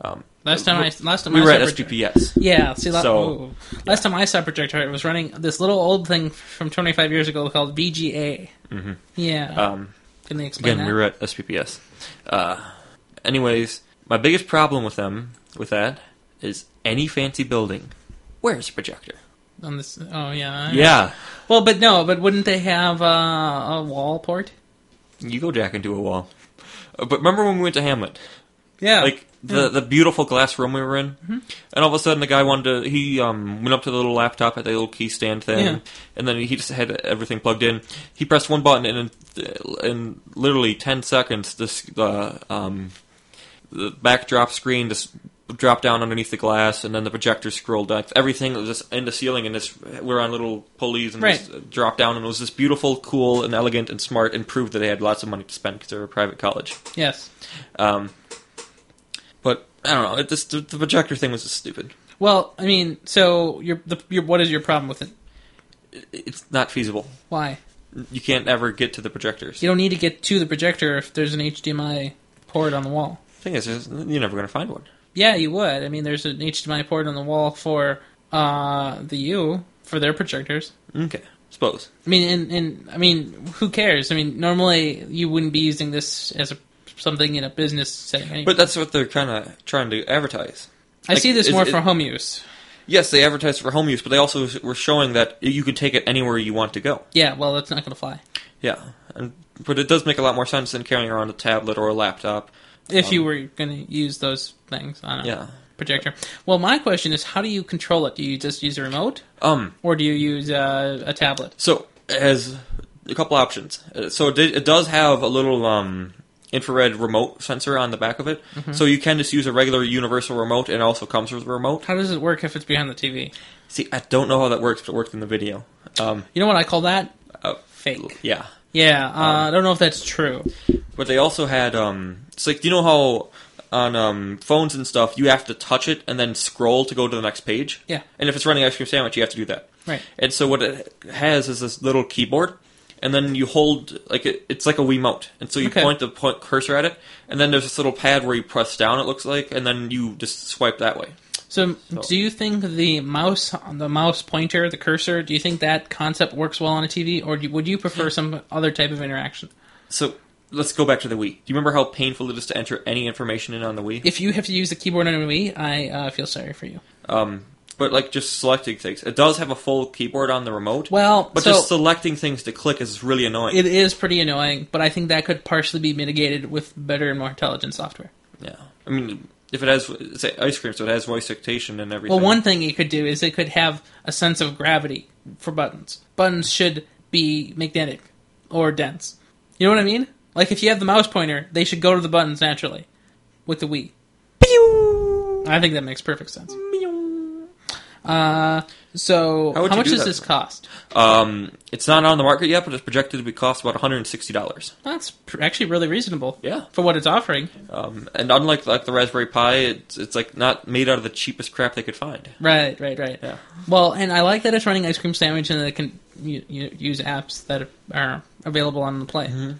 [SPEAKER 2] Um,
[SPEAKER 3] Last time I last time
[SPEAKER 2] we
[SPEAKER 3] I
[SPEAKER 2] were
[SPEAKER 3] saw
[SPEAKER 2] at
[SPEAKER 3] project-
[SPEAKER 2] SGPS.
[SPEAKER 3] Yeah, see, la-
[SPEAKER 2] So-
[SPEAKER 3] ooh. last time I saw projector, it was running this little old thing from 25 years ago called VGA. Mm-hmm. Yeah,
[SPEAKER 2] Um,
[SPEAKER 3] can they explain
[SPEAKER 2] again,
[SPEAKER 3] that?
[SPEAKER 2] we were at SPPS. Uh, anyways, my biggest problem with them, with that, is any fancy building. Where's a projector?
[SPEAKER 3] on this. Oh yeah, I-
[SPEAKER 2] Yeah,
[SPEAKER 3] Well, but no, but wouldn't they have uh, a wall port?
[SPEAKER 2] you go jack into a wall. Uh, But remember when we went to Hamlet?
[SPEAKER 3] Yeah, Mm-hmm.
[SPEAKER 2] Like the the beautiful glass room we were in, and all of a sudden the guy wanted to. He um, went up to the little laptop at the little key stand thing,
[SPEAKER 3] Yeah.
[SPEAKER 2] and then he just had everything plugged in. He pressed one button, and in, in literally ten seconds, this the um, the backdrop screen just dropped down underneath the glass, and then the projector scrolled down. Everything was just in the ceiling, and this we we're on little pulleys and
[SPEAKER 3] Right.
[SPEAKER 2] just dropped down, and it was just beautiful, cool, and elegant, and smart, and proved that they had lots of money to spend because they were a private college.
[SPEAKER 3] yes.
[SPEAKER 2] Um, but I don't know. It just, the, the projector thing was just stupid.
[SPEAKER 3] Well, I mean, so your the your what is your problem with it?
[SPEAKER 2] It, it's not feasible.
[SPEAKER 3] Why
[SPEAKER 2] You can't ever get to the projectors.
[SPEAKER 3] you don't need to get to the projector if there's an HDMI port on the wall?
[SPEAKER 2] The thing is, there's- you're never going to find one.
[SPEAKER 3] Yeah, you would. I mean, there's an HDMI port on the wall for uh, the U for their projectors.
[SPEAKER 2] Okay, suppose.
[SPEAKER 3] I mean, and, and I mean, who cares? I mean, normally you wouldn't be using this as a something in a business setting. Anyway.
[SPEAKER 2] But that's what they're kind of trying to advertise.
[SPEAKER 3] I see
[SPEAKER 2] like,
[SPEAKER 3] this
[SPEAKER 2] is
[SPEAKER 3] more
[SPEAKER 2] it-
[SPEAKER 3] for home use.
[SPEAKER 2] Yes, they advertised for home use, but they also were showing that you can take it anywhere you want to go.
[SPEAKER 3] Yeah, well, that's not going to fly
[SPEAKER 2] Yeah, and but it does make a lot more sense than carrying around a tablet or a laptop.
[SPEAKER 3] if you were going to use those things on a
[SPEAKER 2] Um, Yeah.
[SPEAKER 3] projector. Well, my question is, how do you control it? Do you just use a remote,
[SPEAKER 2] Um,
[SPEAKER 3] or do you use uh, a tablet?
[SPEAKER 2] So it has a couple options. Uh, So it, did- it does have a little um, infrared remote sensor on the back of it. So you can just use a regular universal remote, and it also comes with a remote.
[SPEAKER 3] How does it work if it's behind the TV?
[SPEAKER 2] See, I don't know how that works, but it worked in the video. Um,
[SPEAKER 3] You know what I call that?
[SPEAKER 2] uh,
[SPEAKER 3] Fake.
[SPEAKER 2] yeah,
[SPEAKER 3] Yeah, uh,
[SPEAKER 2] Um,
[SPEAKER 3] I don't know if that's true.
[SPEAKER 2] but they also had. Um, it's like you know how on um, phones and stuff you have to touch it and then scroll to go to the next page.
[SPEAKER 3] Yeah.
[SPEAKER 2] And if it's running ice cream sandwich, you have to do that.
[SPEAKER 3] Right.
[SPEAKER 2] And so what it has is this little keyboard, and then you hold like it, it's like a Wiimote, and so you
[SPEAKER 3] Okay.
[SPEAKER 2] point the point cursor at it, and then there's this little pad where you press down. It looks like, and then you just swipe that way.
[SPEAKER 3] So, do you think the mouse, the mouse pointer, the cursor, do you think that concept works well on a TV, or do, would you prefer some other type of interaction?
[SPEAKER 2] So let's go back to the Wii. Do you remember how painful it is to enter any information in on the Wii?
[SPEAKER 3] If you have to use the keyboard on a Wii, I uh, feel sorry for you.
[SPEAKER 2] Um, but like just selecting things, it does have a full keyboard on the remote.
[SPEAKER 3] Well,
[SPEAKER 2] but
[SPEAKER 3] so-
[SPEAKER 2] just selecting things to click is really annoying.
[SPEAKER 3] It is pretty annoying, but I think that could partially be mitigated with better and more intelligent software.
[SPEAKER 2] Yeah. I mean, if it has it's ice cream, so it has voice dictation and everything.
[SPEAKER 3] Well, one thing it could do is it could have a sense of gravity for buttons. Buttons should be magnetic or dense. You know what I mean? Like if you have the mouse pointer, they should go to the buttons naturally with the Wii. I think that makes perfect sense. Uh, so
[SPEAKER 2] How
[SPEAKER 3] how,
[SPEAKER 2] would you
[SPEAKER 3] much
[SPEAKER 2] do
[SPEAKER 3] does
[SPEAKER 2] that,
[SPEAKER 3] this
[SPEAKER 2] though?
[SPEAKER 3] cost?
[SPEAKER 2] Um, it's not on the market yet, but it's projected to be cost about one hundred and sixty dollars.
[SPEAKER 3] That's pr- actually really reasonable.
[SPEAKER 2] Yeah.
[SPEAKER 3] For what it's offering,
[SPEAKER 2] Um, and unlike like the Raspberry Pi, it's it's like not made out of the cheapest crap they could find.
[SPEAKER 3] right, right, right.
[SPEAKER 2] Yeah.
[SPEAKER 3] Well, and I like that it's running ice cream sandwich, and that it can you, you, use apps that are available on the Play.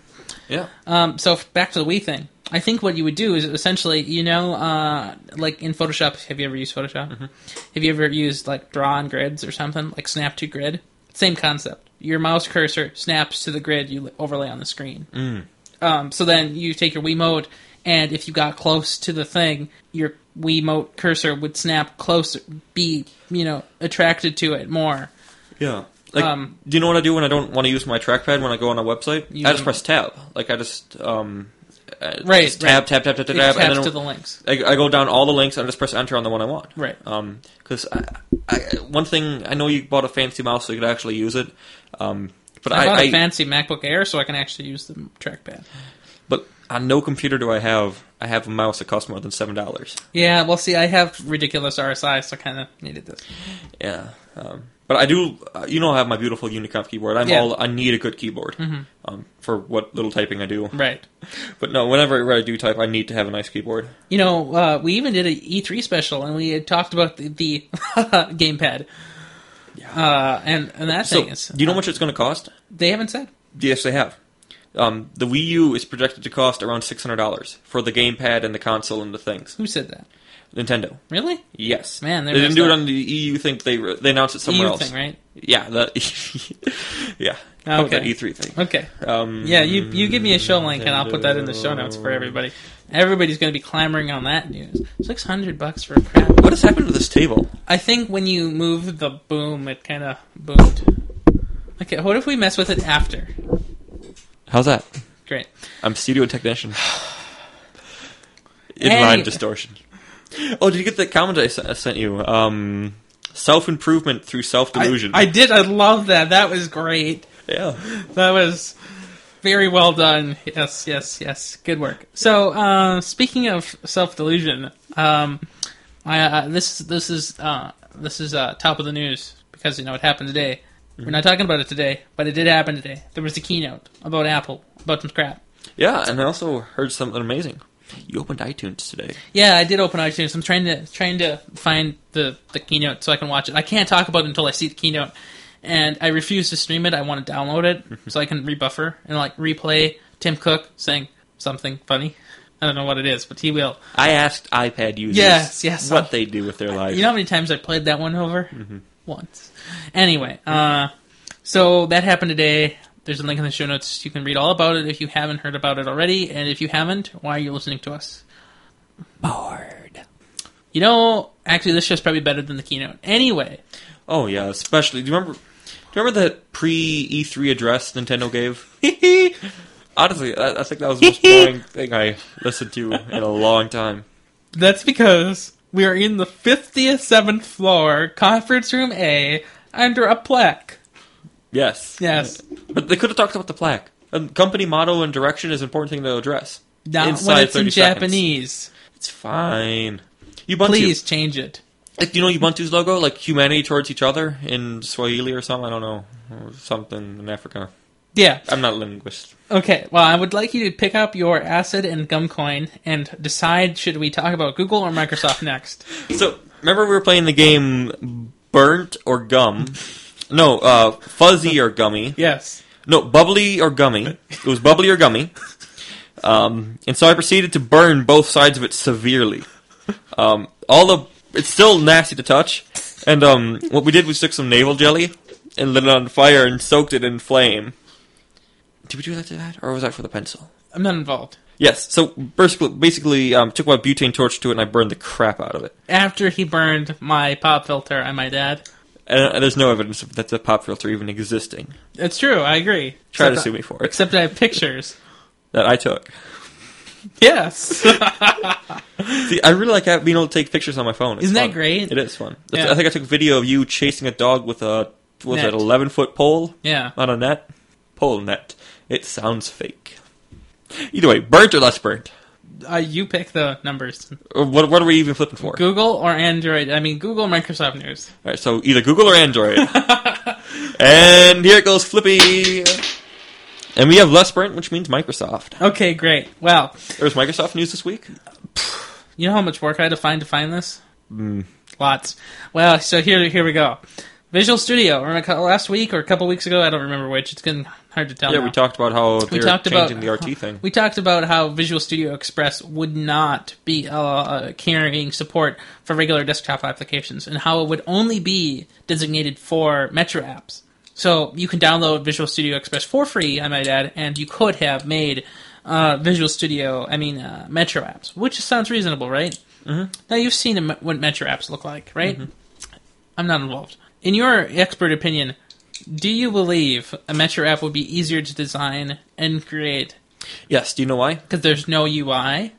[SPEAKER 2] Yeah.
[SPEAKER 3] Um, so f- back to the Wii thing. I think what you would do is essentially, you know, uh, like in Photoshop. Have you ever used Photoshop?
[SPEAKER 2] Mm-hmm.
[SPEAKER 3] Have you ever used like draw on grids or something like snap to grid? Same concept. Your mouse cursor snaps to the grid you overlay on the screen.
[SPEAKER 2] Mm.
[SPEAKER 3] Um, so then you take your Wiimote, and if you got close to the thing, your Wiimote cursor would snap closer, be you know attracted to it more.
[SPEAKER 2] Yeah. Like,
[SPEAKER 3] Um,
[SPEAKER 2] do you know what I do when I don't want to use my trackpad when I go on a website?
[SPEAKER 3] You-
[SPEAKER 2] I just press tab. Like, I just um, uh,
[SPEAKER 3] Right,
[SPEAKER 2] just tab,
[SPEAKER 3] right.
[SPEAKER 2] tab, tab, tab, tab,
[SPEAKER 3] It
[SPEAKER 2] tab, and
[SPEAKER 3] taps
[SPEAKER 2] then
[SPEAKER 3] to the links.
[SPEAKER 2] I, I go down all the links and I just press enter on the one I want.
[SPEAKER 3] Right.
[SPEAKER 2] Um, because I, I, one thing I know you bought a fancy mouse so you could actually use it. Um, but
[SPEAKER 3] I
[SPEAKER 2] I,
[SPEAKER 3] bought a
[SPEAKER 2] I-
[SPEAKER 3] fancy MacBook Air so I can actually use the trackpad.
[SPEAKER 2] but on no computer do I have I have a mouse that costs more than seven dollars.
[SPEAKER 3] Yeah, well, see, I have ridiculous RSI, so I kind of needed this.
[SPEAKER 2] Yeah. Um, but I do, uh, you know, I have my beautiful Unicomp keyboard. I'm
[SPEAKER 3] Yeah. Mm-hmm.
[SPEAKER 2] all I need a good keyboard um, for what little typing I do.
[SPEAKER 3] Right.
[SPEAKER 2] But no, whenever I do type, I need to have a nice keyboard.
[SPEAKER 3] You know, uh, we even did a E3 special, and we had talked about the, the (laughs) gamepad. Uh, and, and that
[SPEAKER 2] So,
[SPEAKER 3] thing is. uh,
[SPEAKER 2] do you know how much it's going to cost?
[SPEAKER 3] They haven't said.
[SPEAKER 2] Yes, they have. Um, the Wii U is projected to cost around six hundred dollars for the gamepad and the console and the things.
[SPEAKER 3] Who said that?
[SPEAKER 2] Nintendo.
[SPEAKER 3] Really?
[SPEAKER 2] Yes,
[SPEAKER 3] Man,
[SPEAKER 2] they
[SPEAKER 3] they're
[SPEAKER 2] didn't
[SPEAKER 3] messed
[SPEAKER 2] do it
[SPEAKER 3] up.
[SPEAKER 2] on the EU thing. They re- they announced it somewhere
[SPEAKER 3] EU
[SPEAKER 2] else.
[SPEAKER 3] thing, right? Oh,
[SPEAKER 2] Yeah, the (laughs) yeah. How about
[SPEAKER 3] Okay.
[SPEAKER 2] that E3 thing?
[SPEAKER 3] Okay.
[SPEAKER 2] Um,
[SPEAKER 3] Yeah, you you give me a show link, and I'll put that in the show notes for everybody. Everybody's going to be clamoring on that news. Six hundred bucks for a crap.
[SPEAKER 2] What has happened to this table?
[SPEAKER 3] I think when you move the boom, it kind of boomed. Okay, what if we mess with it after?
[SPEAKER 2] How's that?
[SPEAKER 3] Great.
[SPEAKER 2] I'm studio
[SPEAKER 3] (sighs)
[SPEAKER 2] technician. Inline
[SPEAKER 3] Any-
[SPEAKER 2] distortion. Oh, did you get the comment I s- I sent you? Um, self improvement through self delusion.
[SPEAKER 3] I, I did. I love that. That was great.
[SPEAKER 2] yeah.
[SPEAKER 3] That was very well done. Yes, yes, yes. Good work. So, uh, speaking of self delusion, um, I, uh, this this is uh, this is uh, top of the news because you know it happened today. We're not talking about it today, but it did happen today. There was a keynote about Apple about some crap.
[SPEAKER 2] Yeah, and I also heard something amazing. You opened iTunes today.
[SPEAKER 3] Yeah, I did open iTunes. I'm trying to trying to find the the keynote so I can watch it. I can't talk about it until I see the keynote, and I refuse to stream it. I want to download it so I can rebuffer and like replay Tim Cook saying something funny. I don't know what it is, but he will.
[SPEAKER 2] I asked iPad users
[SPEAKER 3] Yes, yes.
[SPEAKER 2] what they do with their life.
[SPEAKER 3] You know how many times I played that one over?
[SPEAKER 2] Mm-hmm.
[SPEAKER 3] Once. Anyway, uh, so that happened today. There's a link in the show notes. You can read all about it if you haven't heard about it already. And if you haven't, why are you listening to us? Bored. You know, actually, this show's probably better than the keynote. Anyway, (laughs)
[SPEAKER 2] oh yeah, especially. Do you remember? Do you remember that pre E3 address Nintendo gave? Honestly, I, I think that was the
[SPEAKER 3] (laughs)
[SPEAKER 2] most boring thing I listened to in a long time.
[SPEAKER 3] that's because we are in the 57th floor, conference room A, under a plaque.
[SPEAKER 2] Yes.
[SPEAKER 3] Yes.
[SPEAKER 2] But they could have talked about the plaque. Um, company motto and direction is an important thing to address.
[SPEAKER 3] Not when
[SPEAKER 2] Inside
[SPEAKER 3] it's in
[SPEAKER 2] 30 seconds.
[SPEAKER 3] Japanese.
[SPEAKER 2] It's fine. Ubuntu.
[SPEAKER 3] Please change it.
[SPEAKER 2] Like, you know Ubuntu's logo? Like humanity towards each other in Swahili or something? I don't know. Or something in Africa.
[SPEAKER 3] Yeah.
[SPEAKER 2] I'm not a linguist.
[SPEAKER 3] Okay, well, I would like you to pick up your acid and gum coin and decide should we talk about Google or Microsoft next.
[SPEAKER 2] So, remember we were playing the game Burnt or Gum? No, uh, Fuzzy or Gummy.
[SPEAKER 3] Yes.
[SPEAKER 2] No, Bubbly or Gummy. It was Bubbly or Gummy. Um, and so I proceeded to burn both sides of it severely. Um, all the it's still nasty to touch. And um, what we did was took some navel jelly and lit it on fire and soaked it in flame. Did we do that to that, or was that for the pencil?
[SPEAKER 3] I'm not involved.
[SPEAKER 2] Yes. So basically, basically um, took my butane torch to it and I burned the crap out of it.
[SPEAKER 3] After he burned my pop filter, I might add.
[SPEAKER 2] And, uh, there's no evidence of that the pop filter even existing.
[SPEAKER 3] It's true, I agree.
[SPEAKER 2] Try
[SPEAKER 3] Except
[SPEAKER 2] to sue
[SPEAKER 3] I-
[SPEAKER 2] me for it.
[SPEAKER 3] Except I have pictures.
[SPEAKER 2] That I took.
[SPEAKER 3] Yes.
[SPEAKER 2] See, I really like ha- being able to take pictures on my phone. It's
[SPEAKER 3] Isn't that
[SPEAKER 2] fun.
[SPEAKER 3] great?
[SPEAKER 2] It is fun. That's-
[SPEAKER 3] Yeah.
[SPEAKER 2] I think I took a video of you chasing a dog with a what was
[SPEAKER 3] Net.
[SPEAKER 2] it eleven foot pole
[SPEAKER 3] (laughs) yeah.
[SPEAKER 2] on a net pole net. It sounds fake. Either way, burnt or less burnt.
[SPEAKER 3] Uh, you pick the numbers.
[SPEAKER 2] Or What what are we even flipping for?
[SPEAKER 3] Google or Android? I mean, Google, Microsoft News.
[SPEAKER 2] All right, so either Google or
[SPEAKER 3] (laughs)
[SPEAKER 2] Android. and here it goes, Flippy. And we have less burnt, which means Microsoft.
[SPEAKER 3] Okay, great. Wow.
[SPEAKER 2] There's Microsoft news this week.
[SPEAKER 3] You know how much work I had to find to find this? Mm. Lots. Well, so here, here we go. Visual Studio. Remember ca- last week or a couple weeks ago? I don't remember which. It's getting hard to tell.
[SPEAKER 2] Yeah,
[SPEAKER 3] now.
[SPEAKER 2] we talked about how
[SPEAKER 3] We
[SPEAKER 2] they're
[SPEAKER 3] talked about
[SPEAKER 2] changing the RT thing.
[SPEAKER 3] We talked about how Visual Studio Express would not be uh, carrying support for regular desktop applications, and how it would only be designated for Metro apps. So you can download Visual Studio Express for free, I might add, and you could have made uh, Visual Studio, I mean uh, Metro apps, which sounds reasonable, right? Mm-hmm. Now you've seen me- what Metro apps look like, right?
[SPEAKER 2] Mm-hmm.
[SPEAKER 3] I'm not involved. In your expert opinion, do you believe a Metro app would be easier to design and create
[SPEAKER 2] Yes, do you know why?
[SPEAKER 3] because there's no UI?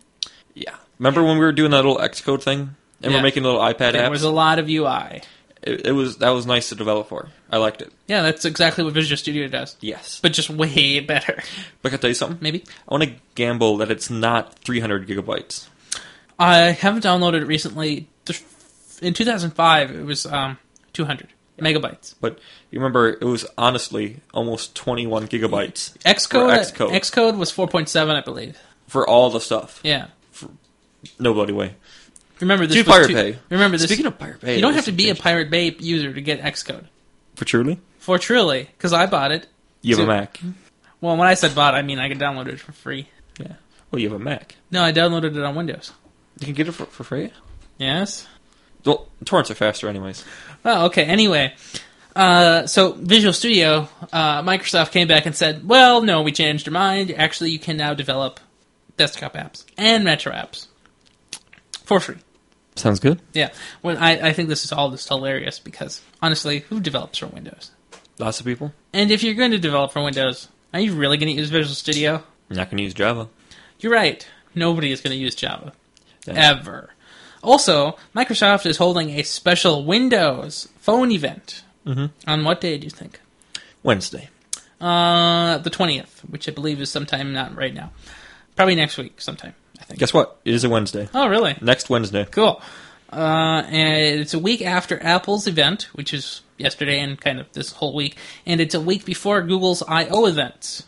[SPEAKER 2] Yeah. Remember when we were doing that little Xcode thing? And
[SPEAKER 3] Yeah.
[SPEAKER 2] we're making little iPad
[SPEAKER 3] There
[SPEAKER 2] apps?
[SPEAKER 3] was a lot of UI.
[SPEAKER 2] it, it was that was nice to develop for. I liked it.
[SPEAKER 3] Yeah, that's exactly what Visual Studio does,
[SPEAKER 2] Yes. But,
[SPEAKER 3] but just way (laughs) better.
[SPEAKER 2] but I can tell you something.
[SPEAKER 3] Maybe
[SPEAKER 2] I want to gamble that it's not 300 gigabytes.
[SPEAKER 3] I haven't downloaded it recently. Th- In 2005, it was um, 200 megabytes.
[SPEAKER 2] But you remember, it was honestly almost 21 gigabytes
[SPEAKER 3] Xcode,
[SPEAKER 2] Xcode.
[SPEAKER 3] Xcode was 4.7, I believe.
[SPEAKER 2] for all the stuff.
[SPEAKER 3] Yeah.
[SPEAKER 2] No bloody way.
[SPEAKER 3] Remember this.
[SPEAKER 2] Dude,
[SPEAKER 3] was
[SPEAKER 2] Pirate
[SPEAKER 3] two-
[SPEAKER 2] Bay.
[SPEAKER 3] Remember this.
[SPEAKER 2] Speaking of Pirate Bay,
[SPEAKER 3] you don't
[SPEAKER 2] this
[SPEAKER 3] have to
[SPEAKER 2] is
[SPEAKER 3] be a
[SPEAKER 2] interesting.
[SPEAKER 3] Pirate Bay user to get Xcode.
[SPEAKER 2] for truly.
[SPEAKER 3] For truly, because I bought it. Hmm?
[SPEAKER 2] You have
[SPEAKER 3] So-
[SPEAKER 2] a Mac.
[SPEAKER 3] Well, when I said bought, I mean I could download it for free.
[SPEAKER 2] Yeah. Well, you have a Mac.
[SPEAKER 3] No, I downloaded it on Windows.
[SPEAKER 2] You can get it for, for free.
[SPEAKER 3] Yes.
[SPEAKER 2] Well, torrents are faster, anyways.
[SPEAKER 3] Well, Oh, okay. Anyway, uh, so Visual Studio, uh, Microsoft came back and said, "Well, no, we changed our mind. Actually, you can now develop desktop apps and Metro apps for free."
[SPEAKER 2] Sounds good.
[SPEAKER 3] Yeah. Well, I, I think this is all just hilarious because honestly, who develops for Windows?
[SPEAKER 2] Lots of people
[SPEAKER 3] And if you're going to develop for Windows, are you really going to use Visual Studio?
[SPEAKER 2] not going to use Java.
[SPEAKER 3] You're right. Nobody is going to use Java
[SPEAKER 2] Yeah.
[SPEAKER 3] ever. Also, Microsoft is holding a special Windows phone event. Mm-hmm. On what day do you think?
[SPEAKER 2] Wednesday.
[SPEAKER 3] Uh, the twentieth, which I believe is sometime not right now, probably next week, sometime. I think.
[SPEAKER 2] Guess what? It is a Wednesday.
[SPEAKER 3] Oh, really?
[SPEAKER 2] Next Wednesday.
[SPEAKER 3] Cool. Uh, and it's a week after Apple's event, which is yesterday and kind of this whole week, and it's a week before Google's I/O event.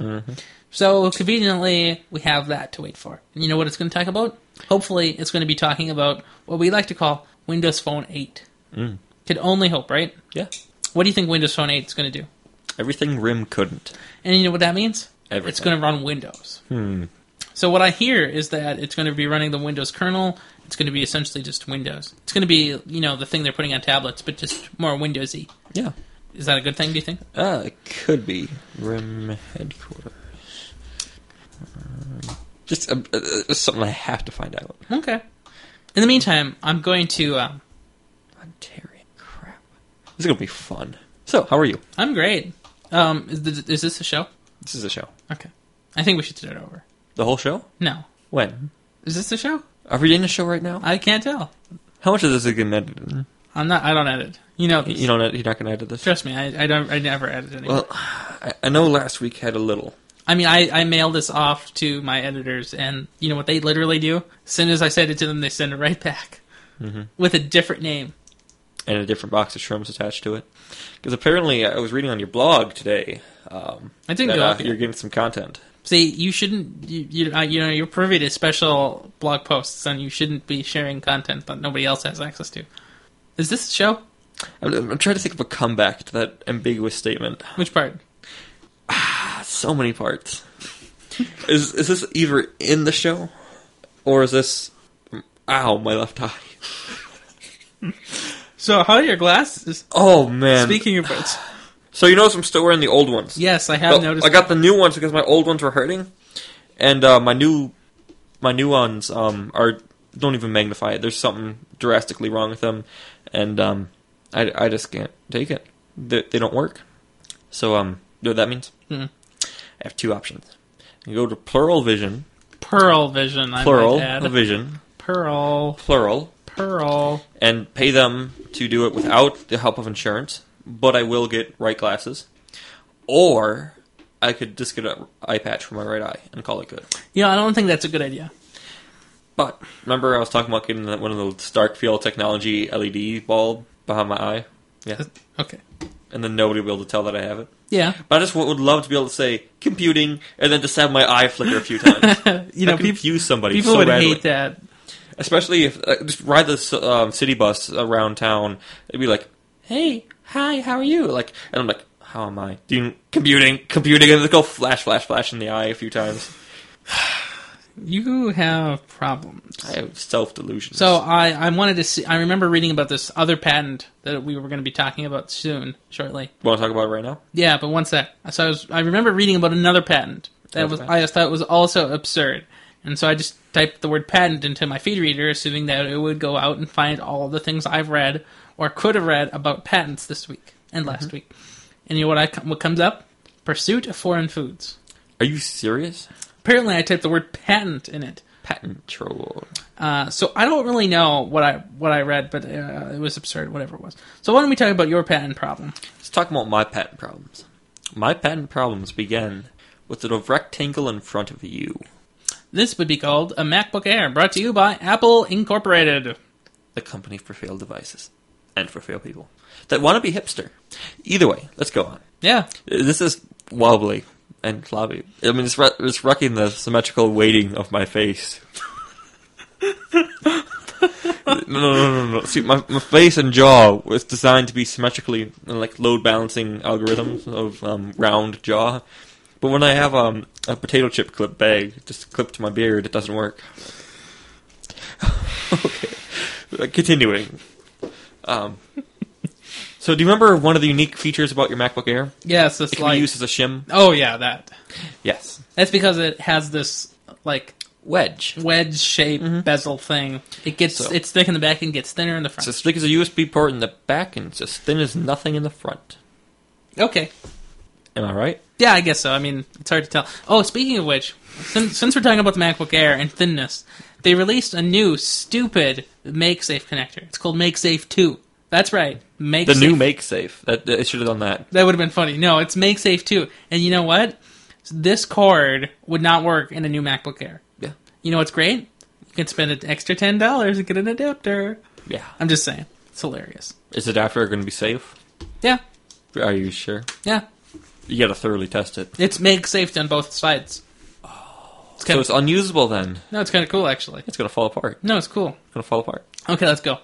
[SPEAKER 3] So conveniently, we have that to wait for. And you know what it's going to talk about? Hopefully, it's going to be talking about what we like to call Windows Phone 8. Mm. Could only hope, right?
[SPEAKER 2] Yeah.
[SPEAKER 3] What do you think Windows Phone 8 is going to do?
[SPEAKER 2] Everything Rim couldn't.
[SPEAKER 3] And you know what that means?
[SPEAKER 2] Everything. Hmm.
[SPEAKER 3] It's going to run Windows. So what I hear is that it's going to be running the Windows kernel. It's going to be essentially just Windows. It's going to be you know the thing they're putting on tablets, but just more Windowsy.
[SPEAKER 2] Yeah.
[SPEAKER 3] Is that a good thing? Do you think?
[SPEAKER 2] Uh, it could be Rim headquarters. Um, Just uh, uh, uh, something I have to find out.
[SPEAKER 3] Okay. In the meantime, I'm going to. Um,
[SPEAKER 2] Ontario. Crap. This is gonna be fun. So, how are you?
[SPEAKER 3] I'm great. Um, is, th- is this a show?
[SPEAKER 2] This is a show.
[SPEAKER 3] Okay. I think we should start over.
[SPEAKER 2] The whole show?
[SPEAKER 3] No.
[SPEAKER 2] When?
[SPEAKER 3] Is this a show?
[SPEAKER 2] Are we in a show right now?
[SPEAKER 3] I can't tell.
[SPEAKER 2] How much of this is getting edited?
[SPEAKER 3] I'm not. I don't edit. You know. This.
[SPEAKER 2] You know, you're not gonna edit this.
[SPEAKER 3] Trust me. I, I don't. I never edit anything.
[SPEAKER 2] Well, I, I know last week had a little.
[SPEAKER 3] I mean, I, I mailed this off to my editors, and you know what they literally do? As soon as I send it to them, they send it right back
[SPEAKER 2] Mm-hmm.
[SPEAKER 3] with a different name.
[SPEAKER 2] and a different box of shrooms attached to it. Because apparently, I was reading on your blog today. Um,
[SPEAKER 3] I didn't
[SPEAKER 2] that,
[SPEAKER 3] go
[SPEAKER 2] uh,
[SPEAKER 3] up yet.
[SPEAKER 2] You're getting some content.
[SPEAKER 3] See, you shouldn't, you, you, uh, you know, you're privy to special blog posts, and you shouldn't be sharing content that nobody else has access to. Is this a show?
[SPEAKER 2] I'm, I'm trying to think of a comeback to that ambiguous statement.
[SPEAKER 3] Which part?
[SPEAKER 2] Ah, So many
[SPEAKER 3] (laughs)
[SPEAKER 2] parts. is is this either in the show, or is this? Ow, my left eye.
[SPEAKER 3] So, how are your glasses?
[SPEAKER 2] Oh man.
[SPEAKER 3] Speaking of which,
[SPEAKER 2] So you notice I'm still wearing the old ones.
[SPEAKER 3] yes, I have
[SPEAKER 2] Well,
[SPEAKER 3] noticed.
[SPEAKER 2] Oh, I got the new ones because my old ones were hurting, and uh, my new my new ones um, are don't even magnify it. There's something drastically wrong with them, and um, I, I just can't take it. They, they don't work. So um, you know what that means?
[SPEAKER 3] Hmm.
[SPEAKER 2] I have two options. I can go to Plural Vision
[SPEAKER 3] Pearl Vision. I
[SPEAKER 2] plural
[SPEAKER 3] Might add.
[SPEAKER 2] vision,
[SPEAKER 3] Pearl.
[SPEAKER 2] plural,
[SPEAKER 3] Pearl.
[SPEAKER 2] and pay them to do it without the help of insurance. But I will get right glasses, or I could just get an eye patch for my right eye and call it good.
[SPEAKER 3] You know, I don't think that's a good idea.
[SPEAKER 2] But remember, I was talking about getting that one of those dark field technology LED bulb behind my eye. Yeah,
[SPEAKER 3] Okay.
[SPEAKER 2] and then nobody will be able to tell that I have it.
[SPEAKER 3] Yeah. (laughs)
[SPEAKER 2] But I just would would love to be able to say computing and then just have my eye flicker a few times.
[SPEAKER 3] (laughs) You know,
[SPEAKER 2] I could
[SPEAKER 3] people,
[SPEAKER 2] confuse somebody.
[SPEAKER 3] people
[SPEAKER 2] so
[SPEAKER 3] would
[SPEAKER 2] badly.
[SPEAKER 3] hate that.
[SPEAKER 2] especially if uh, just ride this um, city bus around town. It'd be like, "Hey, hi, how are you?" Like, and I'm like, "How am I?" Do you- computing, computing, and they go flash, flash, flash in the eye a few times.
[SPEAKER 3] You have problems.
[SPEAKER 2] I have self delusions.
[SPEAKER 3] So I, I wanted to see. I remember reading about this other patent that we were going to be talking about soon, shortly.
[SPEAKER 2] want to talk about it right now?
[SPEAKER 3] Yeah, but one sec. So I was I remember reading about another patent that
[SPEAKER 2] Another
[SPEAKER 3] was
[SPEAKER 2] patent.
[SPEAKER 3] I just thought was also absurd, and so I just typed the word patent into my feed reader, assuming that it would go out and find all the things I've read or could have read about patents this week and last
[SPEAKER 2] Mm-hmm.
[SPEAKER 3] week. And you know what I what comes up? Pursuit of foreign foods.
[SPEAKER 2] Are you serious?
[SPEAKER 3] Apparently, I typed the word patent in it.
[SPEAKER 2] Patent troll.
[SPEAKER 3] Uh, so I don't really know what I what I read, but uh, it was absurd, whatever it was. So why don't we talk about your patent problem?
[SPEAKER 2] Let's talk about my patent problems. My patent problems begin with the rectangle in front of you.
[SPEAKER 3] This would be called a MacBook Air, brought to you by Apple Incorporated.
[SPEAKER 2] the company for failed devices and for failed people that want to be hipster. Either way, let's go on.
[SPEAKER 3] Yeah,
[SPEAKER 2] This is wobbly and floppy. I mean, it's, ru- it's wrecking the symmetrical weighting of my face. (laughs) no, no, no, no, no. See, my, my face and jaw was designed to be symmetrically like load balancing algorithms of um, round jaw. But when I have um, a potato chip clip bag just clipped to my beard, it doesn't work. (laughs) okay, Uh, continuing. Um, so, do you remember one of the unique features about your MacBook Air?
[SPEAKER 3] yes, this
[SPEAKER 2] It can
[SPEAKER 3] like
[SPEAKER 2] be used as a shim.
[SPEAKER 3] oh yeah, that
[SPEAKER 2] Yes.
[SPEAKER 3] that's because it has this like
[SPEAKER 2] Wedge.
[SPEAKER 3] wedge shaped bezel thing. It gets
[SPEAKER 2] So-
[SPEAKER 3] it's thick in the back and gets thinner in the front.
[SPEAKER 2] It's as thick as a USB port in the back, and it's as thin as nothing in the front.
[SPEAKER 3] okay,
[SPEAKER 2] Am I right?
[SPEAKER 3] yeah, I guess so. I mean, it's hard to tell. Oh, speaking of which, since, since we're talking about the MacBook Air and thinness, they released a new stupid MakeSafe connector. It's called MakeSafe Two. That's right, MakeSafe.
[SPEAKER 2] The new Make Safe. That, that- it should have done that.
[SPEAKER 3] That would have been funny. No, it's MakeSafe 2. And you know what? This cord would not work in a new MacBook Air.
[SPEAKER 2] Yeah.
[SPEAKER 3] You know what's great? You can spend an extra $10 and get an adapter.
[SPEAKER 2] Yeah.
[SPEAKER 3] I'm just saying. It's hilarious.
[SPEAKER 2] Is the adapter going to be safe?
[SPEAKER 3] Yeah.
[SPEAKER 2] Are you sure?
[SPEAKER 3] Yeah.
[SPEAKER 2] You got to thoroughly test it.
[SPEAKER 3] It's MakeSafe on both sides. It's
[SPEAKER 2] So
[SPEAKER 3] kind
[SPEAKER 2] it's unusable then.
[SPEAKER 3] no, it's kind of cool, actually.
[SPEAKER 2] It's going to fall apart.
[SPEAKER 3] No, it's cool.
[SPEAKER 2] It's going to fall apart.
[SPEAKER 3] Okay, let's go.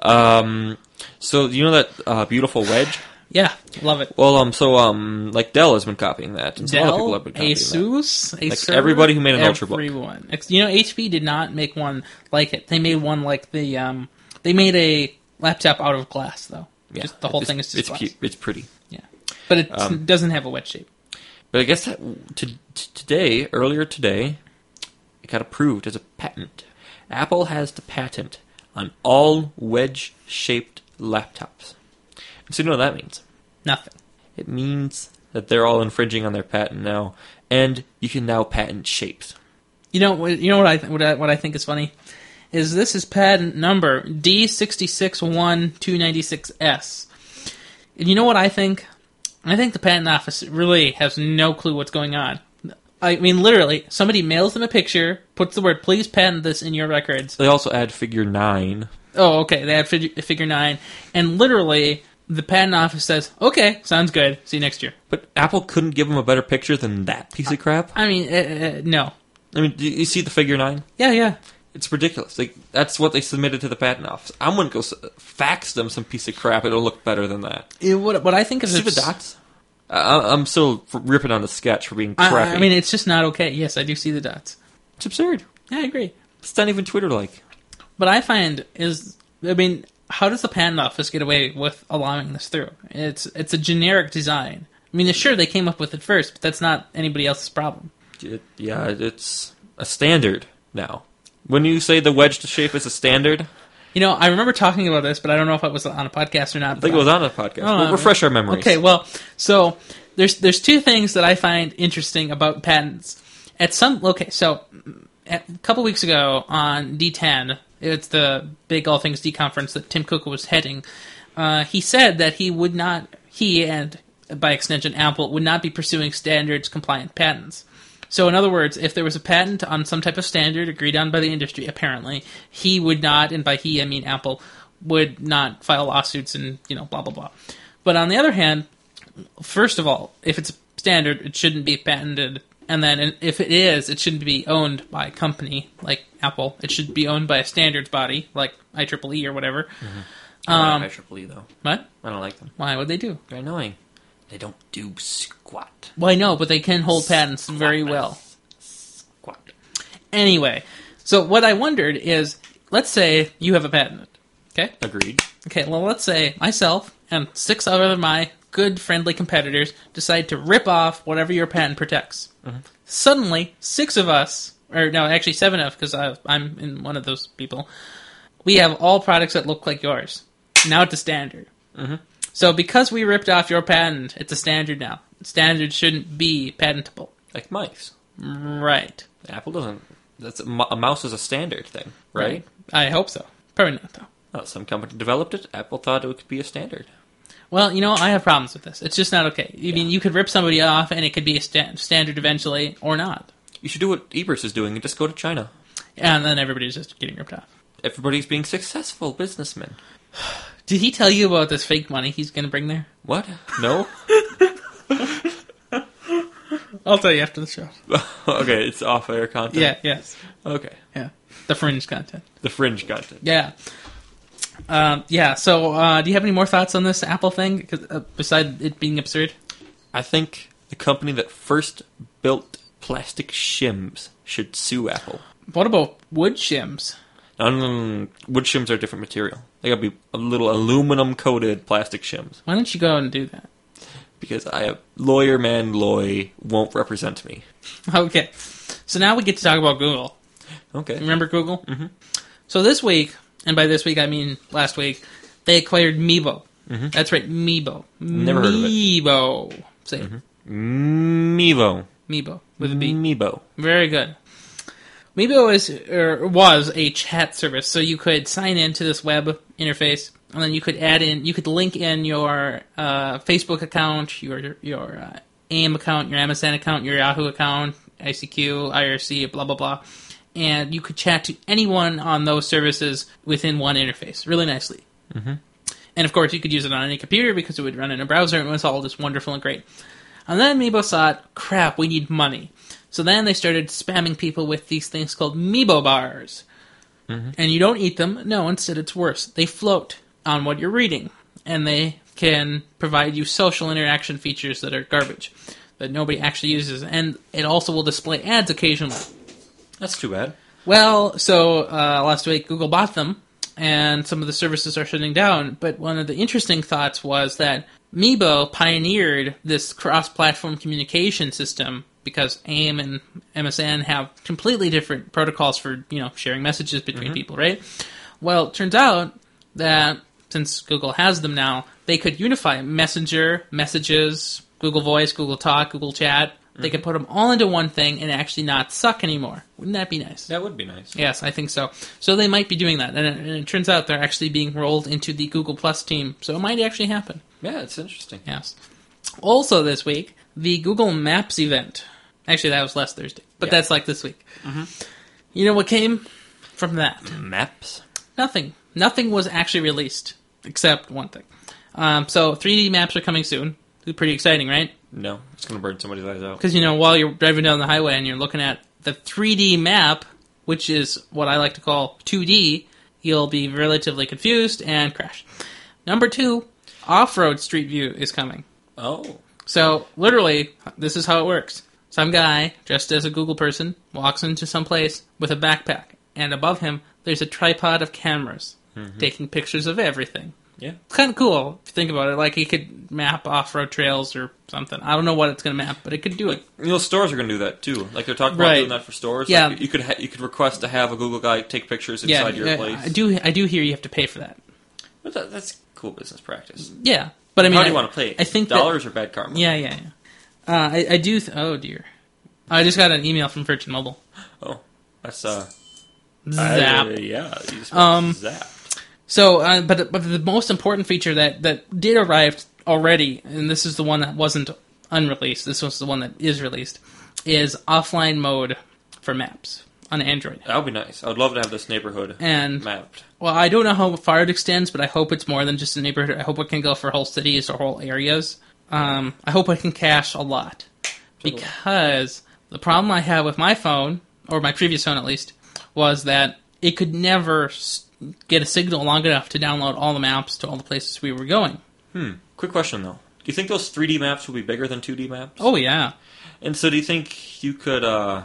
[SPEAKER 2] Um, so you know that uh, beautiful wedge?
[SPEAKER 3] Yeah. Love it.
[SPEAKER 2] Well, um, so um, like Dell has been copying that. And some other people
[SPEAKER 3] Dell,
[SPEAKER 2] have been copying that.
[SPEAKER 3] Asus, Acer,
[SPEAKER 2] everybody who made an Ultrabook.
[SPEAKER 3] everyone. Ex- You know, HP did not make one like it. They made one like the um, they made a laptop out of glass though.
[SPEAKER 2] Yeah.
[SPEAKER 3] Just the whole
[SPEAKER 2] It's-
[SPEAKER 3] thing is just
[SPEAKER 2] it's
[SPEAKER 3] glass.
[SPEAKER 2] cute. It's pretty.
[SPEAKER 3] Yeah, but it
[SPEAKER 2] Um,
[SPEAKER 3] doesn't have a wedge shape.
[SPEAKER 2] But I guess that to, t today, earlier today, it got approved as a patent. Apple has the patent on all wedge-shaped laptops. So you know what that means?
[SPEAKER 3] Nothing.
[SPEAKER 2] It means that they're all infringing on their patent now, and you can now patent shapes.
[SPEAKER 3] You know, what- you know what I th- what I, what I think is funny is this is patent number D sixty six one two ninety six S. And you know what I think? I think the patent office really has no clue what's going on. I mean, literally, somebody mails them a picture, puts the word "Please patent this in your records."
[SPEAKER 2] They also add figure nine.
[SPEAKER 3] Oh, okay, they had fig- figure nine, and literally, the patent office says, "Okay, sounds good. See you next year."
[SPEAKER 2] But Apple couldn't give them a better picture than that piece of crap.
[SPEAKER 3] I mean, uh, uh, no,
[SPEAKER 2] I mean, do you see the figure nine?
[SPEAKER 3] yeah, yeah.
[SPEAKER 2] It's ridiculous. Like that's what they submitted to the patent office. I'm gonna go s- fax them some piece of crap. It'll look better than that.
[SPEAKER 3] It- what, what I think is
[SPEAKER 2] See the
[SPEAKER 3] it's-
[SPEAKER 2] dots? I- I, I'm still f- ripping on the sketch for being crappy.
[SPEAKER 3] I, I mean, it's just not okay. Yes, I do see the dots.
[SPEAKER 2] it's absurd.
[SPEAKER 3] Yeah, I agree.
[SPEAKER 2] It's not even Twitter-like.
[SPEAKER 3] But I find is, I mean, how does the patent office get away with allowing this through? It's it's a generic design. I mean, sure they came up with it first, but that's not anybody else's problem.
[SPEAKER 2] It- yeah, it's a standard now. When you say the wedge shape is a standard,
[SPEAKER 3] You know, I remember talking about this, but I don't know if it was on a podcast or not.
[SPEAKER 2] I think it was on a podcast.
[SPEAKER 3] Oh,
[SPEAKER 2] We'll refresh our memories.
[SPEAKER 3] Okay, well, so there's there's two things that I find interesting about patents. At some okay, so mm, a couple weeks ago on D10, it's the big All Things D conference that Tim Cook was heading. Uh, he said that he would not, he and by extension Apple, would not be pursuing standards compliant patents. So, in other words, if there was a patent on some type of standard agreed on by the industry, apparently, he would not, and by he I mean Apple, would not file lawsuits and, you know, blah, blah, blah. But on the other hand, first of all, if it's standard, it shouldn't be patented. And then if it is, it shouldn't be owned by a company like Apple. It should be owned by a standards body like IEEE or whatever. um,
[SPEAKER 2] I don't like IEEE though.
[SPEAKER 3] What?
[SPEAKER 2] I don't like them.
[SPEAKER 3] Why would they do?
[SPEAKER 2] They're annoying. They don't do squat.
[SPEAKER 3] Well, I know, but they can hold patents very well.
[SPEAKER 2] Squat.
[SPEAKER 3] Anyway, so what I wondered is let's say you have a patent. Okay?
[SPEAKER 2] Agreed.
[SPEAKER 3] Okay, well, let's say myself and six other of my good friendly competitors decide to rip off whatever your patent protects. Suddenly, six of us, or no, actually seven of, because I'm in one of those people, we have all products that look like yours. Now it's a standard. So because we ripped off your patent, it's a standard now. Standards shouldn't be patentable.
[SPEAKER 2] Like mice.
[SPEAKER 3] Right.
[SPEAKER 2] Apple doesn't. That's a, mo- a mouse is a standard thing, right?
[SPEAKER 3] I hope so. Probably not, though.
[SPEAKER 2] Well, some company developed it. Apple thought it could be a standard.
[SPEAKER 3] Well, you know, I have problems with this. It's just not okay. I mean, you could rip somebody off, and it could be a sta- standard eventually, or not.
[SPEAKER 2] You should do what Ebers is doing and just go to China.
[SPEAKER 3] And then everybody's just getting ripped off.
[SPEAKER 2] Everybody's being successful businessmen.
[SPEAKER 3] Did he tell you about this fake money he's going to bring there?
[SPEAKER 2] What? No. (laughs)
[SPEAKER 3] I'll tell you after the show.
[SPEAKER 2] okay, it's off-air content.
[SPEAKER 3] Yeah, yes.
[SPEAKER 2] Okay.
[SPEAKER 3] Yeah. The fringe content.
[SPEAKER 2] The fringe content.
[SPEAKER 3] Yeah. Um, yeah, so uh, do you have any more thoughts on this Apple thing, 'Cause, uh, besides it being absurd?
[SPEAKER 2] I think the company that first built plastic shims should sue Apple.
[SPEAKER 3] What about wood shims?
[SPEAKER 2] No, no, no, no. Wood shims are a different material. They gotta be a little aluminum coated plastic shims
[SPEAKER 3] Why don't you go and do that? (laughs)
[SPEAKER 2] because I have lawyer man Loy won't represent me.
[SPEAKER 3] Okay. So now we get to talk about Google.
[SPEAKER 2] Okay.
[SPEAKER 3] Remember Google? Mm-hmm. So this week, and by this week I mean last week, they acquired Meebo. That's right, Meebo.
[SPEAKER 2] Mm-hmm. Never heard of it. Mm-hmm.
[SPEAKER 3] Meebo. Say it.
[SPEAKER 2] Mevo.
[SPEAKER 3] Meebo with a B.
[SPEAKER 2] Meebo.
[SPEAKER 3] Very good. Meebo is or was a chat service, so you could sign into this web interface, and then you could add in, you could link in your uh, Facebook account, your your uh, AIM account, your Amazon account, your Yahoo account, ICQ, IRC, blah blah blah, and you could chat to anyone on those services within one interface, really nicely. Mm-hmm. And of course, you could use it on any computer because it would run in a browser, and it was all just wonderful and great. And then Meebo thought, crap, we need money. So then they started spamming people with these things called Meebo bars. And you don't eat them. No, instead it's worse. They float on what you're reading. And they can provide you social interaction features that are garbage, that nobody actually uses. And it also will display ads occasionally.
[SPEAKER 2] That's too bad.
[SPEAKER 3] Well, so uh, last week Google bought them, and some of the services are shutting down. But one of the interesting thoughts was that Meebo pioneered this cross-platform communication system because AIM and MSN have completely different protocols for you know sharing messages between people, right? Well, it turns out that since Google has them now, they could unify Messenger, messages, Google Voice, Google Talk, Google Chat. They could put them all into one thing and actually not suck anymore. Wouldn't that be nice?
[SPEAKER 2] That would be nice.
[SPEAKER 3] Yes, I think so. So they might be doing that, and it, and it turns out they're actually being rolled into the Google Plus team. So it might actually happen.
[SPEAKER 2] Yeah, it's interesting.
[SPEAKER 3] Yes. Also this week, the Google Maps event. Actually, that was last Thursday, but that's like this week. You know what came from that?
[SPEAKER 2] Maps.
[SPEAKER 3] Nothing. Nothing was actually released except one thing. Um, so 3D maps are coming soon. Pretty exciting, right?
[SPEAKER 2] No, it's gonna burn somebody's eyes out.
[SPEAKER 3] Because you know, while you're driving down the highway and you're looking at the 3D map, which is what I like to call 2D, you'll be relatively confused and crash. Number two, off-road street view is coming.
[SPEAKER 2] Oh,
[SPEAKER 3] So literally, this is how it works. Some guy dressed as a Google person walks into some place with a backpack, and above him there's a tripod of cameras taking pictures of everything.
[SPEAKER 2] yeah.
[SPEAKER 3] It's kind of cool if you think about it. Like he could map off-road trails or something. I don't know what it's going to map, but it could do it.
[SPEAKER 2] You know, stores are going to do that too. Like they're talking
[SPEAKER 3] Right.
[SPEAKER 2] about doing that for stores.
[SPEAKER 3] Yeah.
[SPEAKER 2] Like, you could ha- you could request to have a Google guy take pictures
[SPEAKER 3] Yeah,
[SPEAKER 2] inside your
[SPEAKER 3] yeah,
[SPEAKER 2] place.
[SPEAKER 3] I do. I do hear you have to pay for that.
[SPEAKER 2] But that, that's cool business practice.
[SPEAKER 3] Yeah, but I mean,
[SPEAKER 2] How do you
[SPEAKER 3] I-
[SPEAKER 2] want to play? it?
[SPEAKER 3] I think that-
[SPEAKER 2] dollars are bad karma.
[SPEAKER 3] yeah, yeah, yeah. Uh, I, I do. Th- oh dear, I just got an email from Virgin Mobile.
[SPEAKER 2] Oh, That's uh,
[SPEAKER 3] Zap.
[SPEAKER 2] I- Uh, yeah, you just
[SPEAKER 3] Um,
[SPEAKER 2] zap.
[SPEAKER 3] So, uh, but but the most important feature that that did arrive already, and this is the one that wasn't unreleased. This was the one that is released, is offline mode for maps on Android.
[SPEAKER 2] That would be nice. I would love to have this neighborhood
[SPEAKER 3] And
[SPEAKER 2] mapped.
[SPEAKER 3] well, I don't know how far it extends, but I hope it's more than just a neighborhood. I hope it can go for whole cities or whole areas. Um, I hope I can cache a lot because the problem I had with my phone or my previous phone at least was that it could never s- get a signal long enough to download all the maps to all the places we were going.
[SPEAKER 2] Quick question though: Do you think those 3D maps will be bigger than 2D maps?
[SPEAKER 3] Oh yeah,
[SPEAKER 2] And so, do you think you could uh,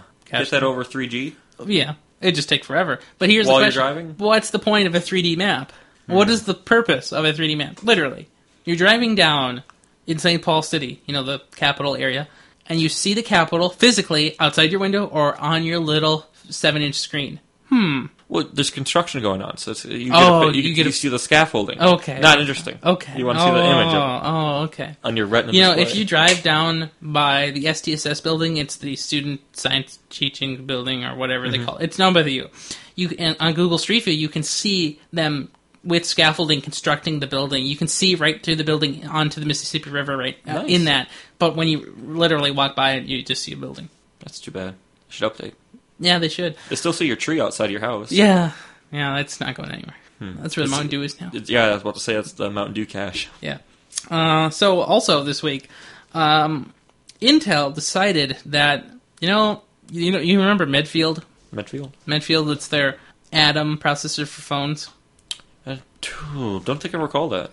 [SPEAKER 2] get
[SPEAKER 3] Cache
[SPEAKER 2] that over 3G?
[SPEAKER 3] yeah. It just take forever. But here's
[SPEAKER 2] While
[SPEAKER 3] the
[SPEAKER 2] you're
[SPEAKER 3] question:
[SPEAKER 2] driving? Hmm.
[SPEAKER 3] What's the point of a 3D map? What is the purpose of a 3D map? Literally, you're driving down in St. Paul City, you know the capital area, and you see the capital physically outside your window or on your little seven-inch screen.
[SPEAKER 2] Well, there's construction going on, so it's, you,
[SPEAKER 3] Oh,
[SPEAKER 2] get a, you,
[SPEAKER 3] you get a-
[SPEAKER 2] you see the scaffolding.
[SPEAKER 3] Okay.
[SPEAKER 2] Not interesting.
[SPEAKER 3] Okay.
[SPEAKER 2] You want to see the image of it
[SPEAKER 3] Oh, oh, okay.
[SPEAKER 2] on your retina
[SPEAKER 3] You know,
[SPEAKER 2] display.
[SPEAKER 3] if you drive down by the STSS building, it's the Student Science Teaching Building or whatever
[SPEAKER 2] Mm-hmm.
[SPEAKER 3] they call it. It's known by the U. You and on Google Street View, you can see them with scaffolding constructing the building. You can see right through the building onto the Mississippi River right uh,
[SPEAKER 2] Nice.
[SPEAKER 3] in that. But when you literally walk by it, you just see a building.
[SPEAKER 2] That's too bad. You should update.
[SPEAKER 3] Yeah, they should.
[SPEAKER 2] They still see your tree outside your house.
[SPEAKER 3] Yeah, yeah, that's not going anywhere. That's where the Mountain Dew is now.
[SPEAKER 2] Hmm. It's- yeah, I was about to say that's the Mountain Dew cache.
[SPEAKER 3] Yeah. Uh, so also this week, um, Intel decided that you know you know you remember Medfield
[SPEAKER 2] Medfield.
[SPEAKER 3] Medfield it's their Atom processor for phones.
[SPEAKER 2] Uh, phew, don't think I recall that.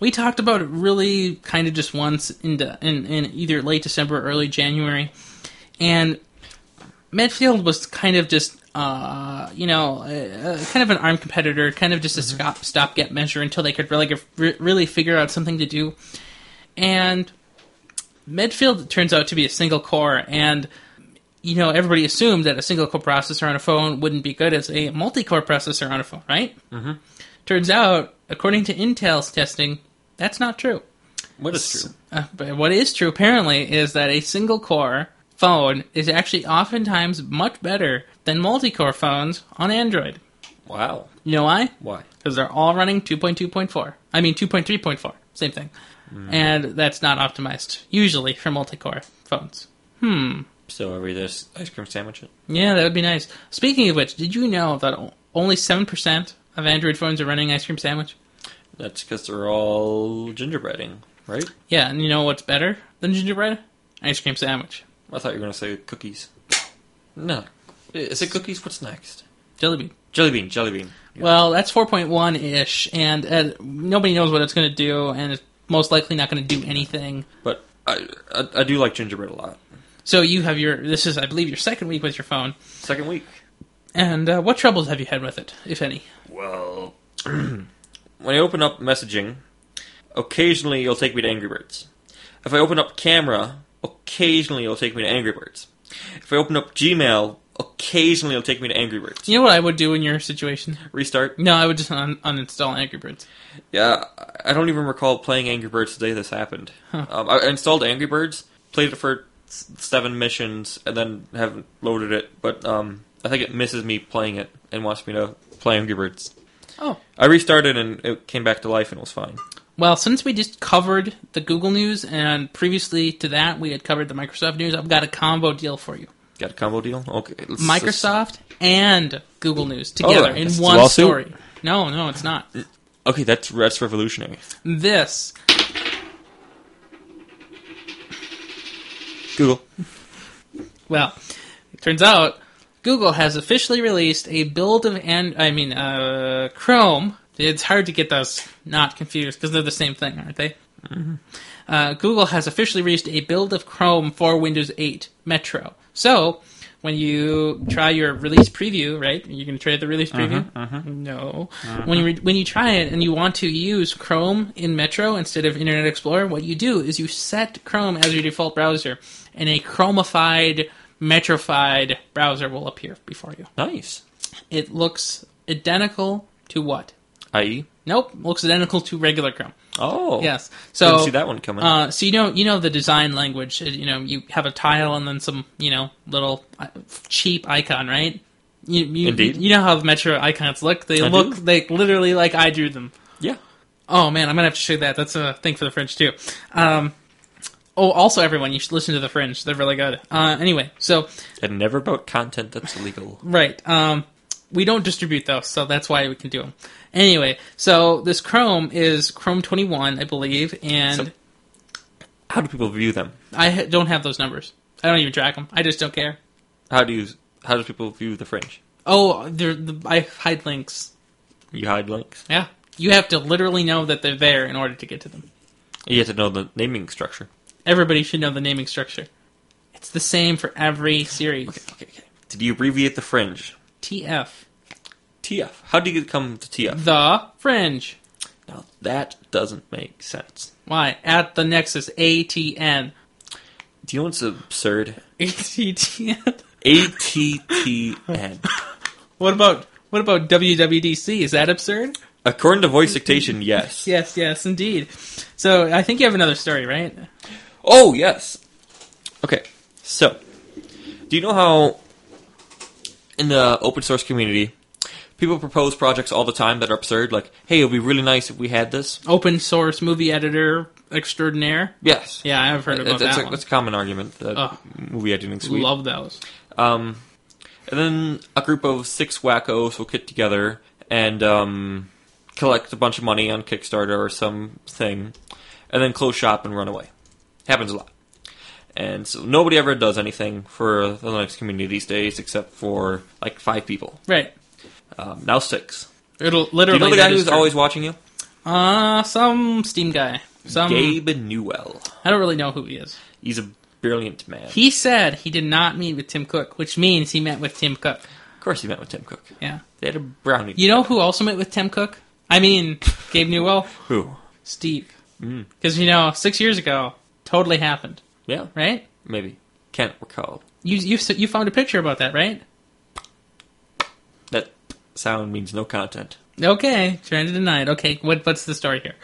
[SPEAKER 3] We talked about it really kind of just once in, de- in in either late December or early January, and Medfield was kind of just uh, you know uh, kind of an armed competitor, kind of just a stop stopgap measure until they could really give- re- really figure out something to do. And Medfield turns out to be a single core, and you know everybody assumed that a single core processor on a phone wouldn't be good as a multi core processor on a phone, right? Turns out, according to Intel's testing, that's not true.
[SPEAKER 2] What is true?
[SPEAKER 3] Uh, but what is true, apparently, is that a single core phone is actually oftentimes much better than multi core phones on Android.
[SPEAKER 2] Wow.
[SPEAKER 3] You know why?
[SPEAKER 2] Why?
[SPEAKER 3] Because they're all running 2.2.4. I mean, 2.3.4. Same thing. And that's not optimized, usually, for multi core phones.
[SPEAKER 2] So every this ice cream sandwich. it?
[SPEAKER 3] Yeah, that would be nice. Speaking of which, did you know that o- only 7% of Android phones are running Ice Cream Sandwich?
[SPEAKER 2] That's because they're all gingerbreading, right?
[SPEAKER 3] Yeah, and you know what's better than gingerbread? Ice cream sandwich.
[SPEAKER 2] I thought you were going to say cookies. No. Is it cookies? What's next?
[SPEAKER 3] Jelly bean.
[SPEAKER 2] Jelly bean, jelly bean.
[SPEAKER 3] Well, that's 4.1 ish, and uh, nobody knows what it's going to do, and it's most likely not going to do anything.
[SPEAKER 2] But I, I, I do like gingerbread a lot.
[SPEAKER 3] So you have your, this is, I believe, your second week with your phone,
[SPEAKER 2] Second week.
[SPEAKER 3] and uh, what troubles have you had with it, if any?
[SPEAKER 2] Well, (clears throat) when I open up messaging, occasionally it'll take me to Angry Birds. If I open up camera, occasionally it'll take me to Angry Birds. If I open up Gmail, occasionally it'll take me to Angry Birds.
[SPEAKER 3] You know what I would do in your situation?
[SPEAKER 2] Restart.
[SPEAKER 3] No, I would just un- uninstall Angry Birds.
[SPEAKER 2] Yeah, I don't even recall playing Angry Birds the day this happened. Um, I installed Angry Birds, played it for s- seven missions, and then haven't loaded it. But um, I think it misses me playing it and wants me to play Angry Birds.
[SPEAKER 3] Oh.
[SPEAKER 2] I restarted and it came back to life and was fine.
[SPEAKER 3] Well, since we just covered the Google news, and previously to that we had covered the Microsoft news, I've got a combo deal for you.
[SPEAKER 2] Got a combo deal? Okay. let's-
[SPEAKER 3] Microsoft and Google News together
[SPEAKER 2] Oh,
[SPEAKER 3] in
[SPEAKER 2] it's a
[SPEAKER 3] one
[SPEAKER 2] lawsuit?
[SPEAKER 3] story. No, no, it's not.
[SPEAKER 2] let's- okay, that's that's revolutionary.
[SPEAKER 3] This
[SPEAKER 2] Google.
[SPEAKER 3] Well, it turns out Google has officially released a build of and I mean uh, Chrome. It's hard to get those not confused because they're the same thing, aren't they?
[SPEAKER 2] Mm-hmm.
[SPEAKER 3] Uh, Google has officially released a build of Chrome for Windows 8 Metro. So when you try your release preview, right? You can try the release
[SPEAKER 2] Uh-huh,
[SPEAKER 3] preview. No, when you re- when you try it and you want to use Chrome in Metro instead of Internet Explorer, what you do is you set Chrome as your default browser, and a chromified, metrified browser will appear before you.
[SPEAKER 2] Nice.
[SPEAKER 3] It looks identical to what?
[SPEAKER 2] IE.
[SPEAKER 3] Nope, looks identical to regular Chrome.
[SPEAKER 2] E. Oh.
[SPEAKER 3] Yes. So
[SPEAKER 2] Didn't see that one coming.
[SPEAKER 3] uh, so you know, you know the design language. uh, You know, you have a tile and then some, you know, little uh, cheap icon, right? You, you,
[SPEAKER 2] Indeed.
[SPEAKER 3] You know how the Metro icons look. They
[SPEAKER 2] I
[SPEAKER 3] look
[SPEAKER 2] do.
[SPEAKER 3] like literally like I drew them.
[SPEAKER 2] Yeah.
[SPEAKER 3] Oh man, I'm gonna have to show you that. That's a thing for the French too. Um, oh, also everyone, you should listen to the French. They're really good. Uh, anyway, so
[SPEAKER 2] And never about content that's illegal.
[SPEAKER 3] right, um, we don't distribute those, so that's why we can do them. Anyway, so this Chrome is Chrome 21, I believe, and
[SPEAKER 2] So- How do people view them?
[SPEAKER 3] I ha- don't have those numbers. I don't even track them. I just don't care.
[SPEAKER 2] How do you? How do people view the fringe?
[SPEAKER 3] Oh, they're, the, I hide links.
[SPEAKER 2] You hide links.
[SPEAKER 3] Yeah, you have to literally know that they're there in order to get to them.
[SPEAKER 2] You have to know the naming structure.
[SPEAKER 3] Everybody should know the naming structure. It's the same for every series.
[SPEAKER 2] Okay. okay. Did you abbreviate the fringe?
[SPEAKER 3] TF.
[SPEAKER 2] TF. How do you come to TF?
[SPEAKER 3] The Fringe.
[SPEAKER 2] Now that doesn't make sense.
[SPEAKER 3] Why? At the Nexus. (laughs) ATN.
[SPEAKER 2] Do you know what's absurd?
[SPEAKER 3] ATN.
[SPEAKER 2] ATTN.
[SPEAKER 3] What about what about WWDC? Is that absurd?
[SPEAKER 2] According to voice
[SPEAKER 3] (laughs)
[SPEAKER 2] dictation, yes.
[SPEAKER 3] Yes, yes, indeed. So I think you have another story, right?
[SPEAKER 2] Oh, yes. Okay, so do you know how in the open source community people propose projects all the time that are absurd? Like, hey, it would be really nice if we had this.
[SPEAKER 3] Open source movie editor extraordinaire.
[SPEAKER 2] Yes.
[SPEAKER 3] Yeah, I've heard about
[SPEAKER 2] that's,
[SPEAKER 3] that
[SPEAKER 2] a,
[SPEAKER 3] one.
[SPEAKER 2] that's a common argument. The
[SPEAKER 3] Ugh.
[SPEAKER 2] movie editing suite.
[SPEAKER 3] Love those.
[SPEAKER 2] Um, and then a group of six wackos will get together and um, collect a bunch of money on Kickstarter or some thing, and then close shop and run away. Happens a lot. And so nobody ever does anything for the Linux community these days except for like five people.
[SPEAKER 3] Right.
[SPEAKER 2] Um, now six.
[SPEAKER 3] It'll
[SPEAKER 2] Do
[SPEAKER 3] literally.
[SPEAKER 2] you know the guy
[SPEAKER 3] that is
[SPEAKER 2] who's
[SPEAKER 3] true.
[SPEAKER 2] always watching you?
[SPEAKER 3] uh some Steam guy. Some
[SPEAKER 2] Gabe Newell.
[SPEAKER 3] I don't really know who he is.
[SPEAKER 2] He's a brilliant man.
[SPEAKER 3] He said he did not meet with Tim Cook, which means he met with Tim Cook.
[SPEAKER 2] of course, he met with Tim Cook.
[SPEAKER 3] Yeah.
[SPEAKER 2] They had a brownie.
[SPEAKER 3] You know who also met with Tim Cook? I mean, (laughs) Gabe Newell?
[SPEAKER 2] who?
[SPEAKER 3] Steve.
[SPEAKER 2] Mm.
[SPEAKER 3] Because, you know, six years ago, totally happened,
[SPEAKER 2] Yeah,
[SPEAKER 3] right?
[SPEAKER 2] maybe. Can't recall.
[SPEAKER 3] You, you, s- you found a picture about that, right?
[SPEAKER 2] That sound means no content.
[SPEAKER 3] Okay, trying to deny it. Okay, what, what's the story here?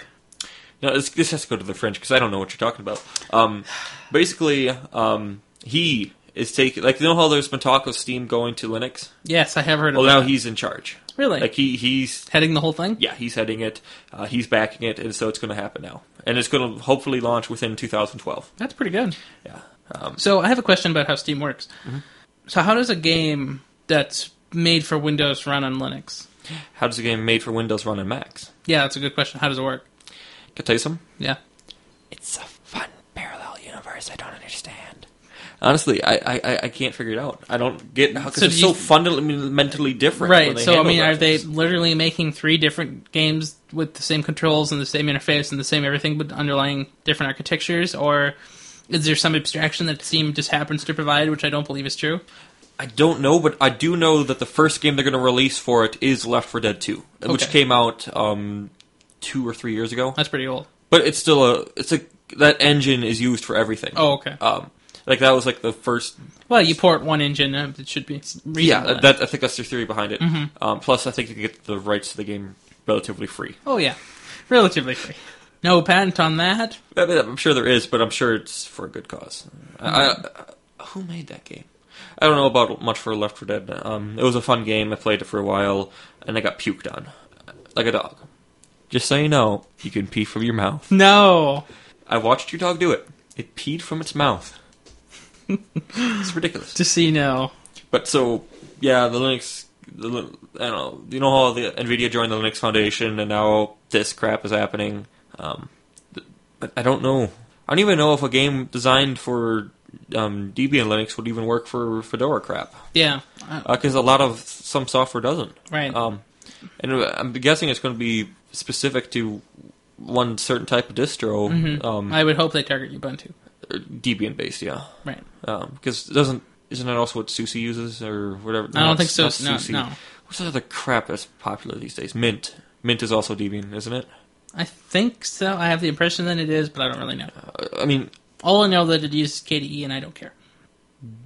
[SPEAKER 2] No, this, this has to go to the French because I don't know what you're talking about. Um, basically, um, he is taking like you know how there's been talk of Steam going to Linux.
[SPEAKER 3] Yes, I have heard of
[SPEAKER 2] Well,
[SPEAKER 3] it.
[SPEAKER 2] now he's in charge.
[SPEAKER 3] Really?
[SPEAKER 2] Like he he's
[SPEAKER 3] Heading the whole thing?
[SPEAKER 2] yeah he's heading it, uh, he's backing it, and so it's going to happen now, and it's going to hopefully launch within 2012.
[SPEAKER 3] That's pretty good.
[SPEAKER 2] Yeah. Um,
[SPEAKER 3] So I have a question about how Steam works.
[SPEAKER 2] Mm-hmm.
[SPEAKER 3] So how does a game that's made for Windows run on Linux?
[SPEAKER 2] how does a game made for Windows run on Macs?
[SPEAKER 3] Yeah, that's a good question. How does it work?
[SPEAKER 2] Can I tell you something?
[SPEAKER 3] Yeah.
[SPEAKER 2] It's a fun parallel universe I don't understand. Honestly, I, I, I- I can't figure it out. I don't get how because
[SPEAKER 3] So
[SPEAKER 2] they're
[SPEAKER 3] do
[SPEAKER 2] so
[SPEAKER 3] you-
[SPEAKER 2] fundamentally different. when
[SPEAKER 3] Right.
[SPEAKER 2] they
[SPEAKER 3] So I
[SPEAKER 2] handle
[SPEAKER 3] mean, are they
[SPEAKER 2] things.
[SPEAKER 3] literally making three different games with the same controls and the same interface and the same everything, but underlying different architectures, or is there some abstraction that Steam just happens to provide, which I don't believe is true?
[SPEAKER 2] I don't know, but I do know that the first game they're going to release for it is Left 4 Dead 2, which
[SPEAKER 3] Okay.
[SPEAKER 2] came out um, two or three years ago.
[SPEAKER 3] That's pretty old.
[SPEAKER 2] But it's still a it's a that engine is used for everything.
[SPEAKER 3] Oh, okay.
[SPEAKER 2] Um, like that was like the first.
[SPEAKER 3] Well, you port one engine; uh, it should be reasonable.
[SPEAKER 2] Yeah, that I think that's their theory behind it.
[SPEAKER 3] Mm-hmm.
[SPEAKER 2] Um, plus, I think you can get the rights to the game relatively free.
[SPEAKER 3] oh yeah, relatively free. No patent on that.
[SPEAKER 2] I mean, I'm sure there is, but I'm sure it's for a good cause. I, I, who made that game? I don't know about much for Left 4 Dead. Um, it was a fun game. I played it for a while, and I got puked on, like a dog. Just so you know, you can pee from your mouth.
[SPEAKER 3] No.
[SPEAKER 2] I watched your dog do it. It peed from its mouth. (laughs) it's ridiculous.
[SPEAKER 3] Just so you know,
[SPEAKER 2] But so, yeah, the Linux. The, Lin- I don't know. You know how the NVIDIA joined the Linux Foundation, and now this crap is happening. Um, th- but I don't know. I don't even know if a game designed for um, Debian Linux would even work for Fedora crap,
[SPEAKER 3] yeah, uh,
[SPEAKER 2] because a lot of some software doesn't.
[SPEAKER 3] right.
[SPEAKER 2] Um, and I'm guessing it's going to be specific to one certain type of distro,
[SPEAKER 3] Mm-hmm.
[SPEAKER 2] um,
[SPEAKER 3] I would hope they target Ubuntu.
[SPEAKER 2] Debian based, yeah.
[SPEAKER 3] Right.
[SPEAKER 2] Because doesn't isn't that also what SUSE uses or whatever?
[SPEAKER 3] I don't think so.
[SPEAKER 2] it's not
[SPEAKER 3] No,
[SPEAKER 2] SUSE.
[SPEAKER 3] no.
[SPEAKER 2] What's the other crap that's popular these days? Mint. Mint is also Debian, isn't it?
[SPEAKER 3] I think so. I have the impression that it is, but I don't really know.
[SPEAKER 2] Uh, I mean,
[SPEAKER 3] All I know that it uses KDE, E, and I don't care.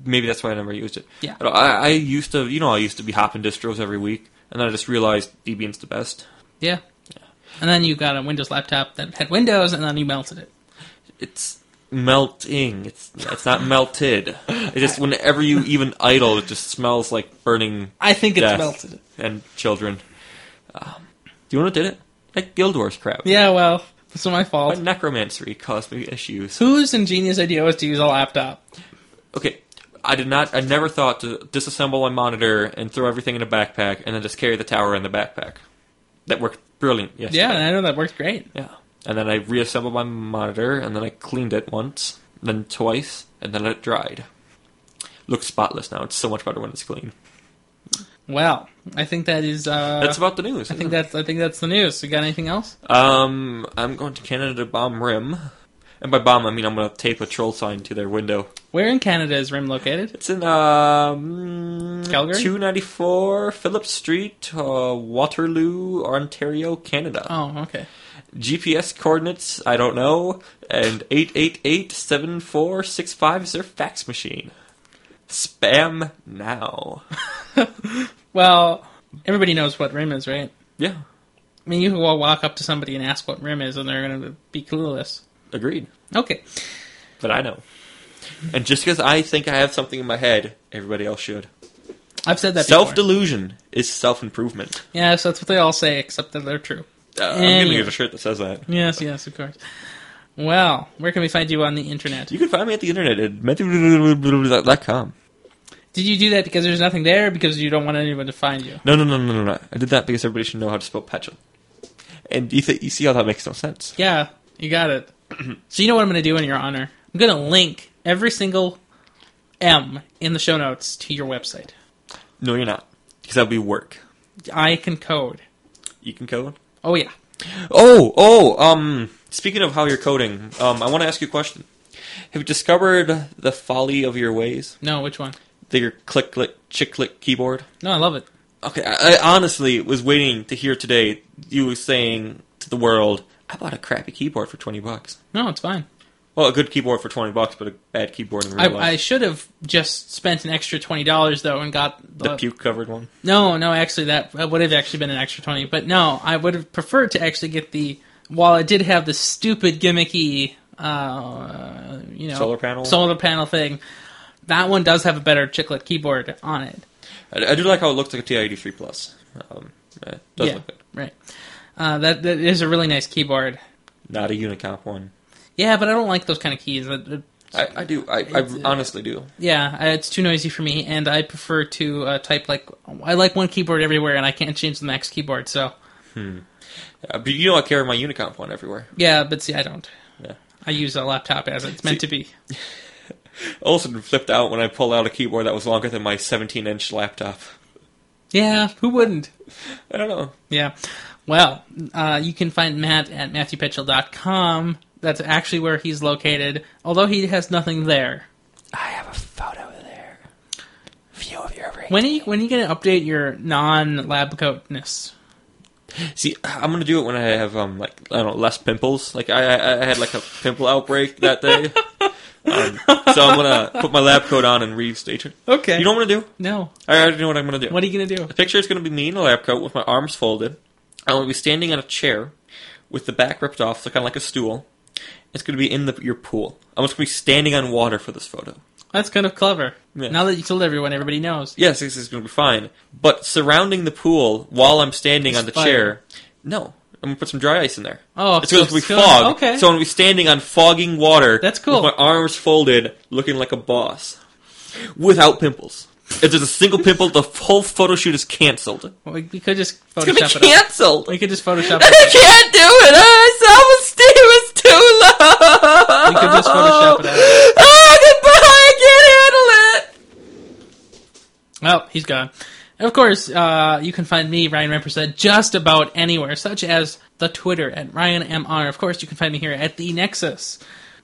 [SPEAKER 2] maybe that's why I never used it.
[SPEAKER 3] Yeah.
[SPEAKER 2] But I, I used to, you know, I used to be hopping distros every week, and then I just realized Debian's the best.
[SPEAKER 3] Yeah. And then you got a Windows laptop that had Windows, and then you melted it.
[SPEAKER 2] It's melting. It's it's not melted. It just whenever you even idle, it just smells like burning
[SPEAKER 3] I think it's
[SPEAKER 2] death
[SPEAKER 3] melted.
[SPEAKER 2] and children. Um, do you know what did it? That Guild Wars crap.
[SPEAKER 3] Yeah, well, it's not my
[SPEAKER 2] But
[SPEAKER 3] fault.
[SPEAKER 2] necromancy caused me issues.
[SPEAKER 3] Whose ingenious idea was to use a laptop?
[SPEAKER 2] Okay, I did not. I never thought to disassemble my monitor and throw everything in a backpack and then just carry the tower in the backpack. That worked brilliant. Yesterday.
[SPEAKER 3] Yeah, I know that worked great.
[SPEAKER 2] Yeah. And then I reassembled my monitor, and then I cleaned it once, then twice, and then it dried. Looks spotless now. It's so much better when it's clean.
[SPEAKER 3] Well, I think that is. Uh,
[SPEAKER 2] That's about the news.
[SPEAKER 3] I think that's. I think that's the news. You got anything else?
[SPEAKER 2] Um, I'm going to Canada to bomb Rim, and by bomb I mean I'm going to tape a troll sign to their window.
[SPEAKER 3] Where in Canada is Rim located?
[SPEAKER 2] It's in um
[SPEAKER 3] Calgary?
[SPEAKER 2] 294 Phillips Street, uh, Waterloo, Ontario, Canada.
[SPEAKER 3] Oh, okay.
[SPEAKER 2] GPS coordinates I don't know, and 888-7465 is their fax machine. Spam now.
[SPEAKER 3] Well, everybody knows what Rim is, right?
[SPEAKER 2] Yeah,
[SPEAKER 3] I mean, you can all walk up to somebody and ask what Rim is, and they're going to be clueless.
[SPEAKER 2] agreed.
[SPEAKER 3] Okay.
[SPEAKER 2] But I know. And just because I think I have something in my head, everybody else should.
[SPEAKER 3] I've said that
[SPEAKER 2] Self
[SPEAKER 3] before.
[SPEAKER 2] delusion is self improvement.
[SPEAKER 3] Yes, that's what they all say, except that they're true.
[SPEAKER 2] Uh, I'm gonna
[SPEAKER 3] Anyway.
[SPEAKER 2] get a shirt that says that.
[SPEAKER 3] Yes, yes, of course. Well, where can we find you on the internet?
[SPEAKER 2] You can find me at the internet at matthew.com.
[SPEAKER 3] Did you do that because there's nothing there, or because you don't want anyone to find you?
[SPEAKER 2] No, no, no, no, no, no. I did that because everybody should know how to spell petrol. And you, th- you see how that makes no sense.
[SPEAKER 3] Yeah, you got it. so you know what I'm going to do in your honor? I'm going to link every single M in the show notes to your website.
[SPEAKER 2] No, you're not. Because that would be work.
[SPEAKER 3] I can code.
[SPEAKER 2] You can code.
[SPEAKER 3] Oh yeah.
[SPEAKER 2] Oh, oh, um, speaking of how you're coding, um, I want to ask you a question. Have you discovered the folly of your ways?
[SPEAKER 3] No, which one?
[SPEAKER 2] The your click, click, chick, click keyboard?
[SPEAKER 3] No, I love it.
[SPEAKER 2] Okay, I, I honestly was waiting to hear today you saying to the world, I bought a crappy keyboard for 20 bucks.
[SPEAKER 3] No, it's fine.
[SPEAKER 2] Well, a good keyboard for 20 bucks, but a bad keyboard in real
[SPEAKER 3] I,
[SPEAKER 2] life.
[SPEAKER 3] I should have just spent an extra twenty dollars though and got the,
[SPEAKER 2] the puke covered one.
[SPEAKER 3] No, no, actually that that would have actually been an extra twenty. But no, I would have preferred to actually get the. While it did have the stupid gimmicky, uh, you know,
[SPEAKER 2] Solar panel?
[SPEAKER 3] solar panel thing, that one does have a better chiclet keyboard on it.
[SPEAKER 2] I, I do like how it looks like a TI-83 Plus. Um, it does look good.
[SPEAKER 3] Right. Uh, that that is a really nice keyboard.
[SPEAKER 2] Not a Unicomp one.
[SPEAKER 3] Yeah, but I don't like those kind of keys. That- that-
[SPEAKER 2] I, I do. I, I
[SPEAKER 3] It's, uh,
[SPEAKER 2] honestly do.
[SPEAKER 3] yeah, I- it's too noisy for me, and I prefer to uh, type like I like one keyboard everywhere, and I can't change the max keyboard. So
[SPEAKER 2] Uh, but you know I carry my Unicomp one everywhere.
[SPEAKER 3] yeah, but see, I don't.
[SPEAKER 2] Yeah.
[SPEAKER 3] I use a laptop as it's meant
[SPEAKER 2] See-
[SPEAKER 3] to be.
[SPEAKER 2] Olson flipped out when I pulled out a keyboard that was longer than my 17-inch laptop.
[SPEAKER 3] Yeah, who wouldn't?
[SPEAKER 2] I don't know.
[SPEAKER 3] Yeah. Well, uh, you can find Matt at matthewpetchell.com. That's actually where he's located, although he has nothing there.
[SPEAKER 2] I have a photo there. View of your ring.
[SPEAKER 3] When are you, when are you going to update your non lab coatness?
[SPEAKER 2] See, I'm gonna do it when I have um like I don't know less pimples. Like I I, I had like a pimple outbreak that
[SPEAKER 3] (laughs)
[SPEAKER 2] day. Um, so I'm gonna put my lab coat on and restage it.
[SPEAKER 3] Okay.
[SPEAKER 2] You know what I'm gonna do?
[SPEAKER 3] No.
[SPEAKER 2] I already know what I'm gonna do.
[SPEAKER 3] What are you going to do?
[SPEAKER 2] The picture is going to be me in a lab coat with my arms folded. I'm going to be standing on a chair with the back ripped off, so kind of like a stool. It's going to be in the, your pool. I'm just going to be standing on water for this photo.
[SPEAKER 3] That's kind of clever.
[SPEAKER 2] Yeah.
[SPEAKER 3] Now that you told everyone, everybody knows.
[SPEAKER 2] Yes, this is going to be fine. But surrounding the pool while I'm standing on the
[SPEAKER 3] Fire.
[SPEAKER 2] chair, no. I'm gonna put some dry ice in there.
[SPEAKER 3] Oh,
[SPEAKER 2] it's
[SPEAKER 3] so
[SPEAKER 2] going to be
[SPEAKER 3] it's gonna-
[SPEAKER 2] fog.
[SPEAKER 3] okay.
[SPEAKER 2] So I'm gonna be standing on fogging water.
[SPEAKER 3] That's cool.
[SPEAKER 2] With my arms folded, looking like a boss, without pimples. If there's a single pimple, the whole photo shoot is canceled.
[SPEAKER 3] Well, We, we could just
[SPEAKER 2] It's gonna
[SPEAKER 3] Photoshop
[SPEAKER 2] be
[SPEAKER 3] it. Up.
[SPEAKER 2] canceled.
[SPEAKER 3] We could just Photoshop
[SPEAKER 2] (laughs) I
[SPEAKER 3] it.
[SPEAKER 2] can't do it. Uh, self esteem is too low.
[SPEAKER 3] We could just Photoshop it out.
[SPEAKER 2] (laughs) Oh, goodbye. I can't handle it.
[SPEAKER 3] Well, Oh, he's gone. And of course, uh, you can find me, Ryan Rampersad, just about anywhere, such as the Twitter at RyanMR. Of course, you can find me here at The Nexus,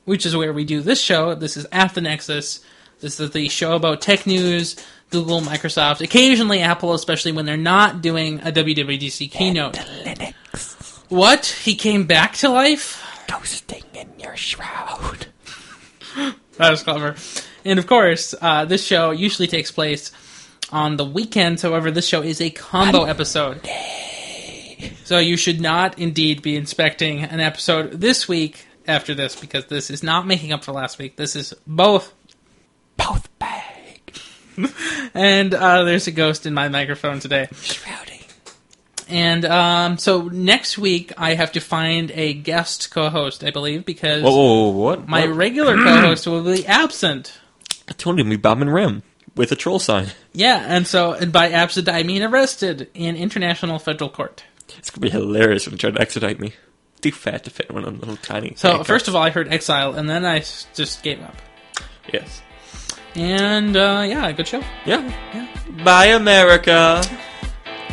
[SPEAKER 3] which is where we do this show. This is At The Nexus. This is the show about tech news, Google, Microsoft, occasionally Apple, especially when they're not doing a WWDC keynote. What? He came back to life?
[SPEAKER 2] Ghosting in your shroud.
[SPEAKER 3] That was clever. And of course, uh, this show usually takes place on the weekends. However, this show is a combo episode. So you should not indeed be inspecting an episode this week after this because this is not making up for last week. This is both.
[SPEAKER 2] Both bag.
[SPEAKER 3] And uh, there's a ghost in my microphone today.
[SPEAKER 2] Shrouding.
[SPEAKER 3] And um, so next week I have to find a guest co-host, I believe, because
[SPEAKER 2] Whoa, whoa, whoa, what?
[SPEAKER 3] my
[SPEAKER 2] what?
[SPEAKER 3] regular co-host will be absent.
[SPEAKER 2] I told him we bomb and rim with a troll sign. (laughs)
[SPEAKER 3] Yeah, and so and by absent I mean arrested in international federal court.
[SPEAKER 2] It's gonna be hilarious when they try to extradite me. Too fat to fit one of them little tiny.
[SPEAKER 3] So first of all, I heard exile, and then I s- just gave up.
[SPEAKER 2] yes,
[SPEAKER 3] And uh, yeah, good show
[SPEAKER 2] yeah, Buy America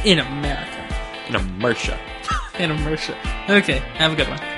[SPEAKER 3] in America,
[SPEAKER 2] in a Mersha.
[SPEAKER 3] in America. Okay, have a good one.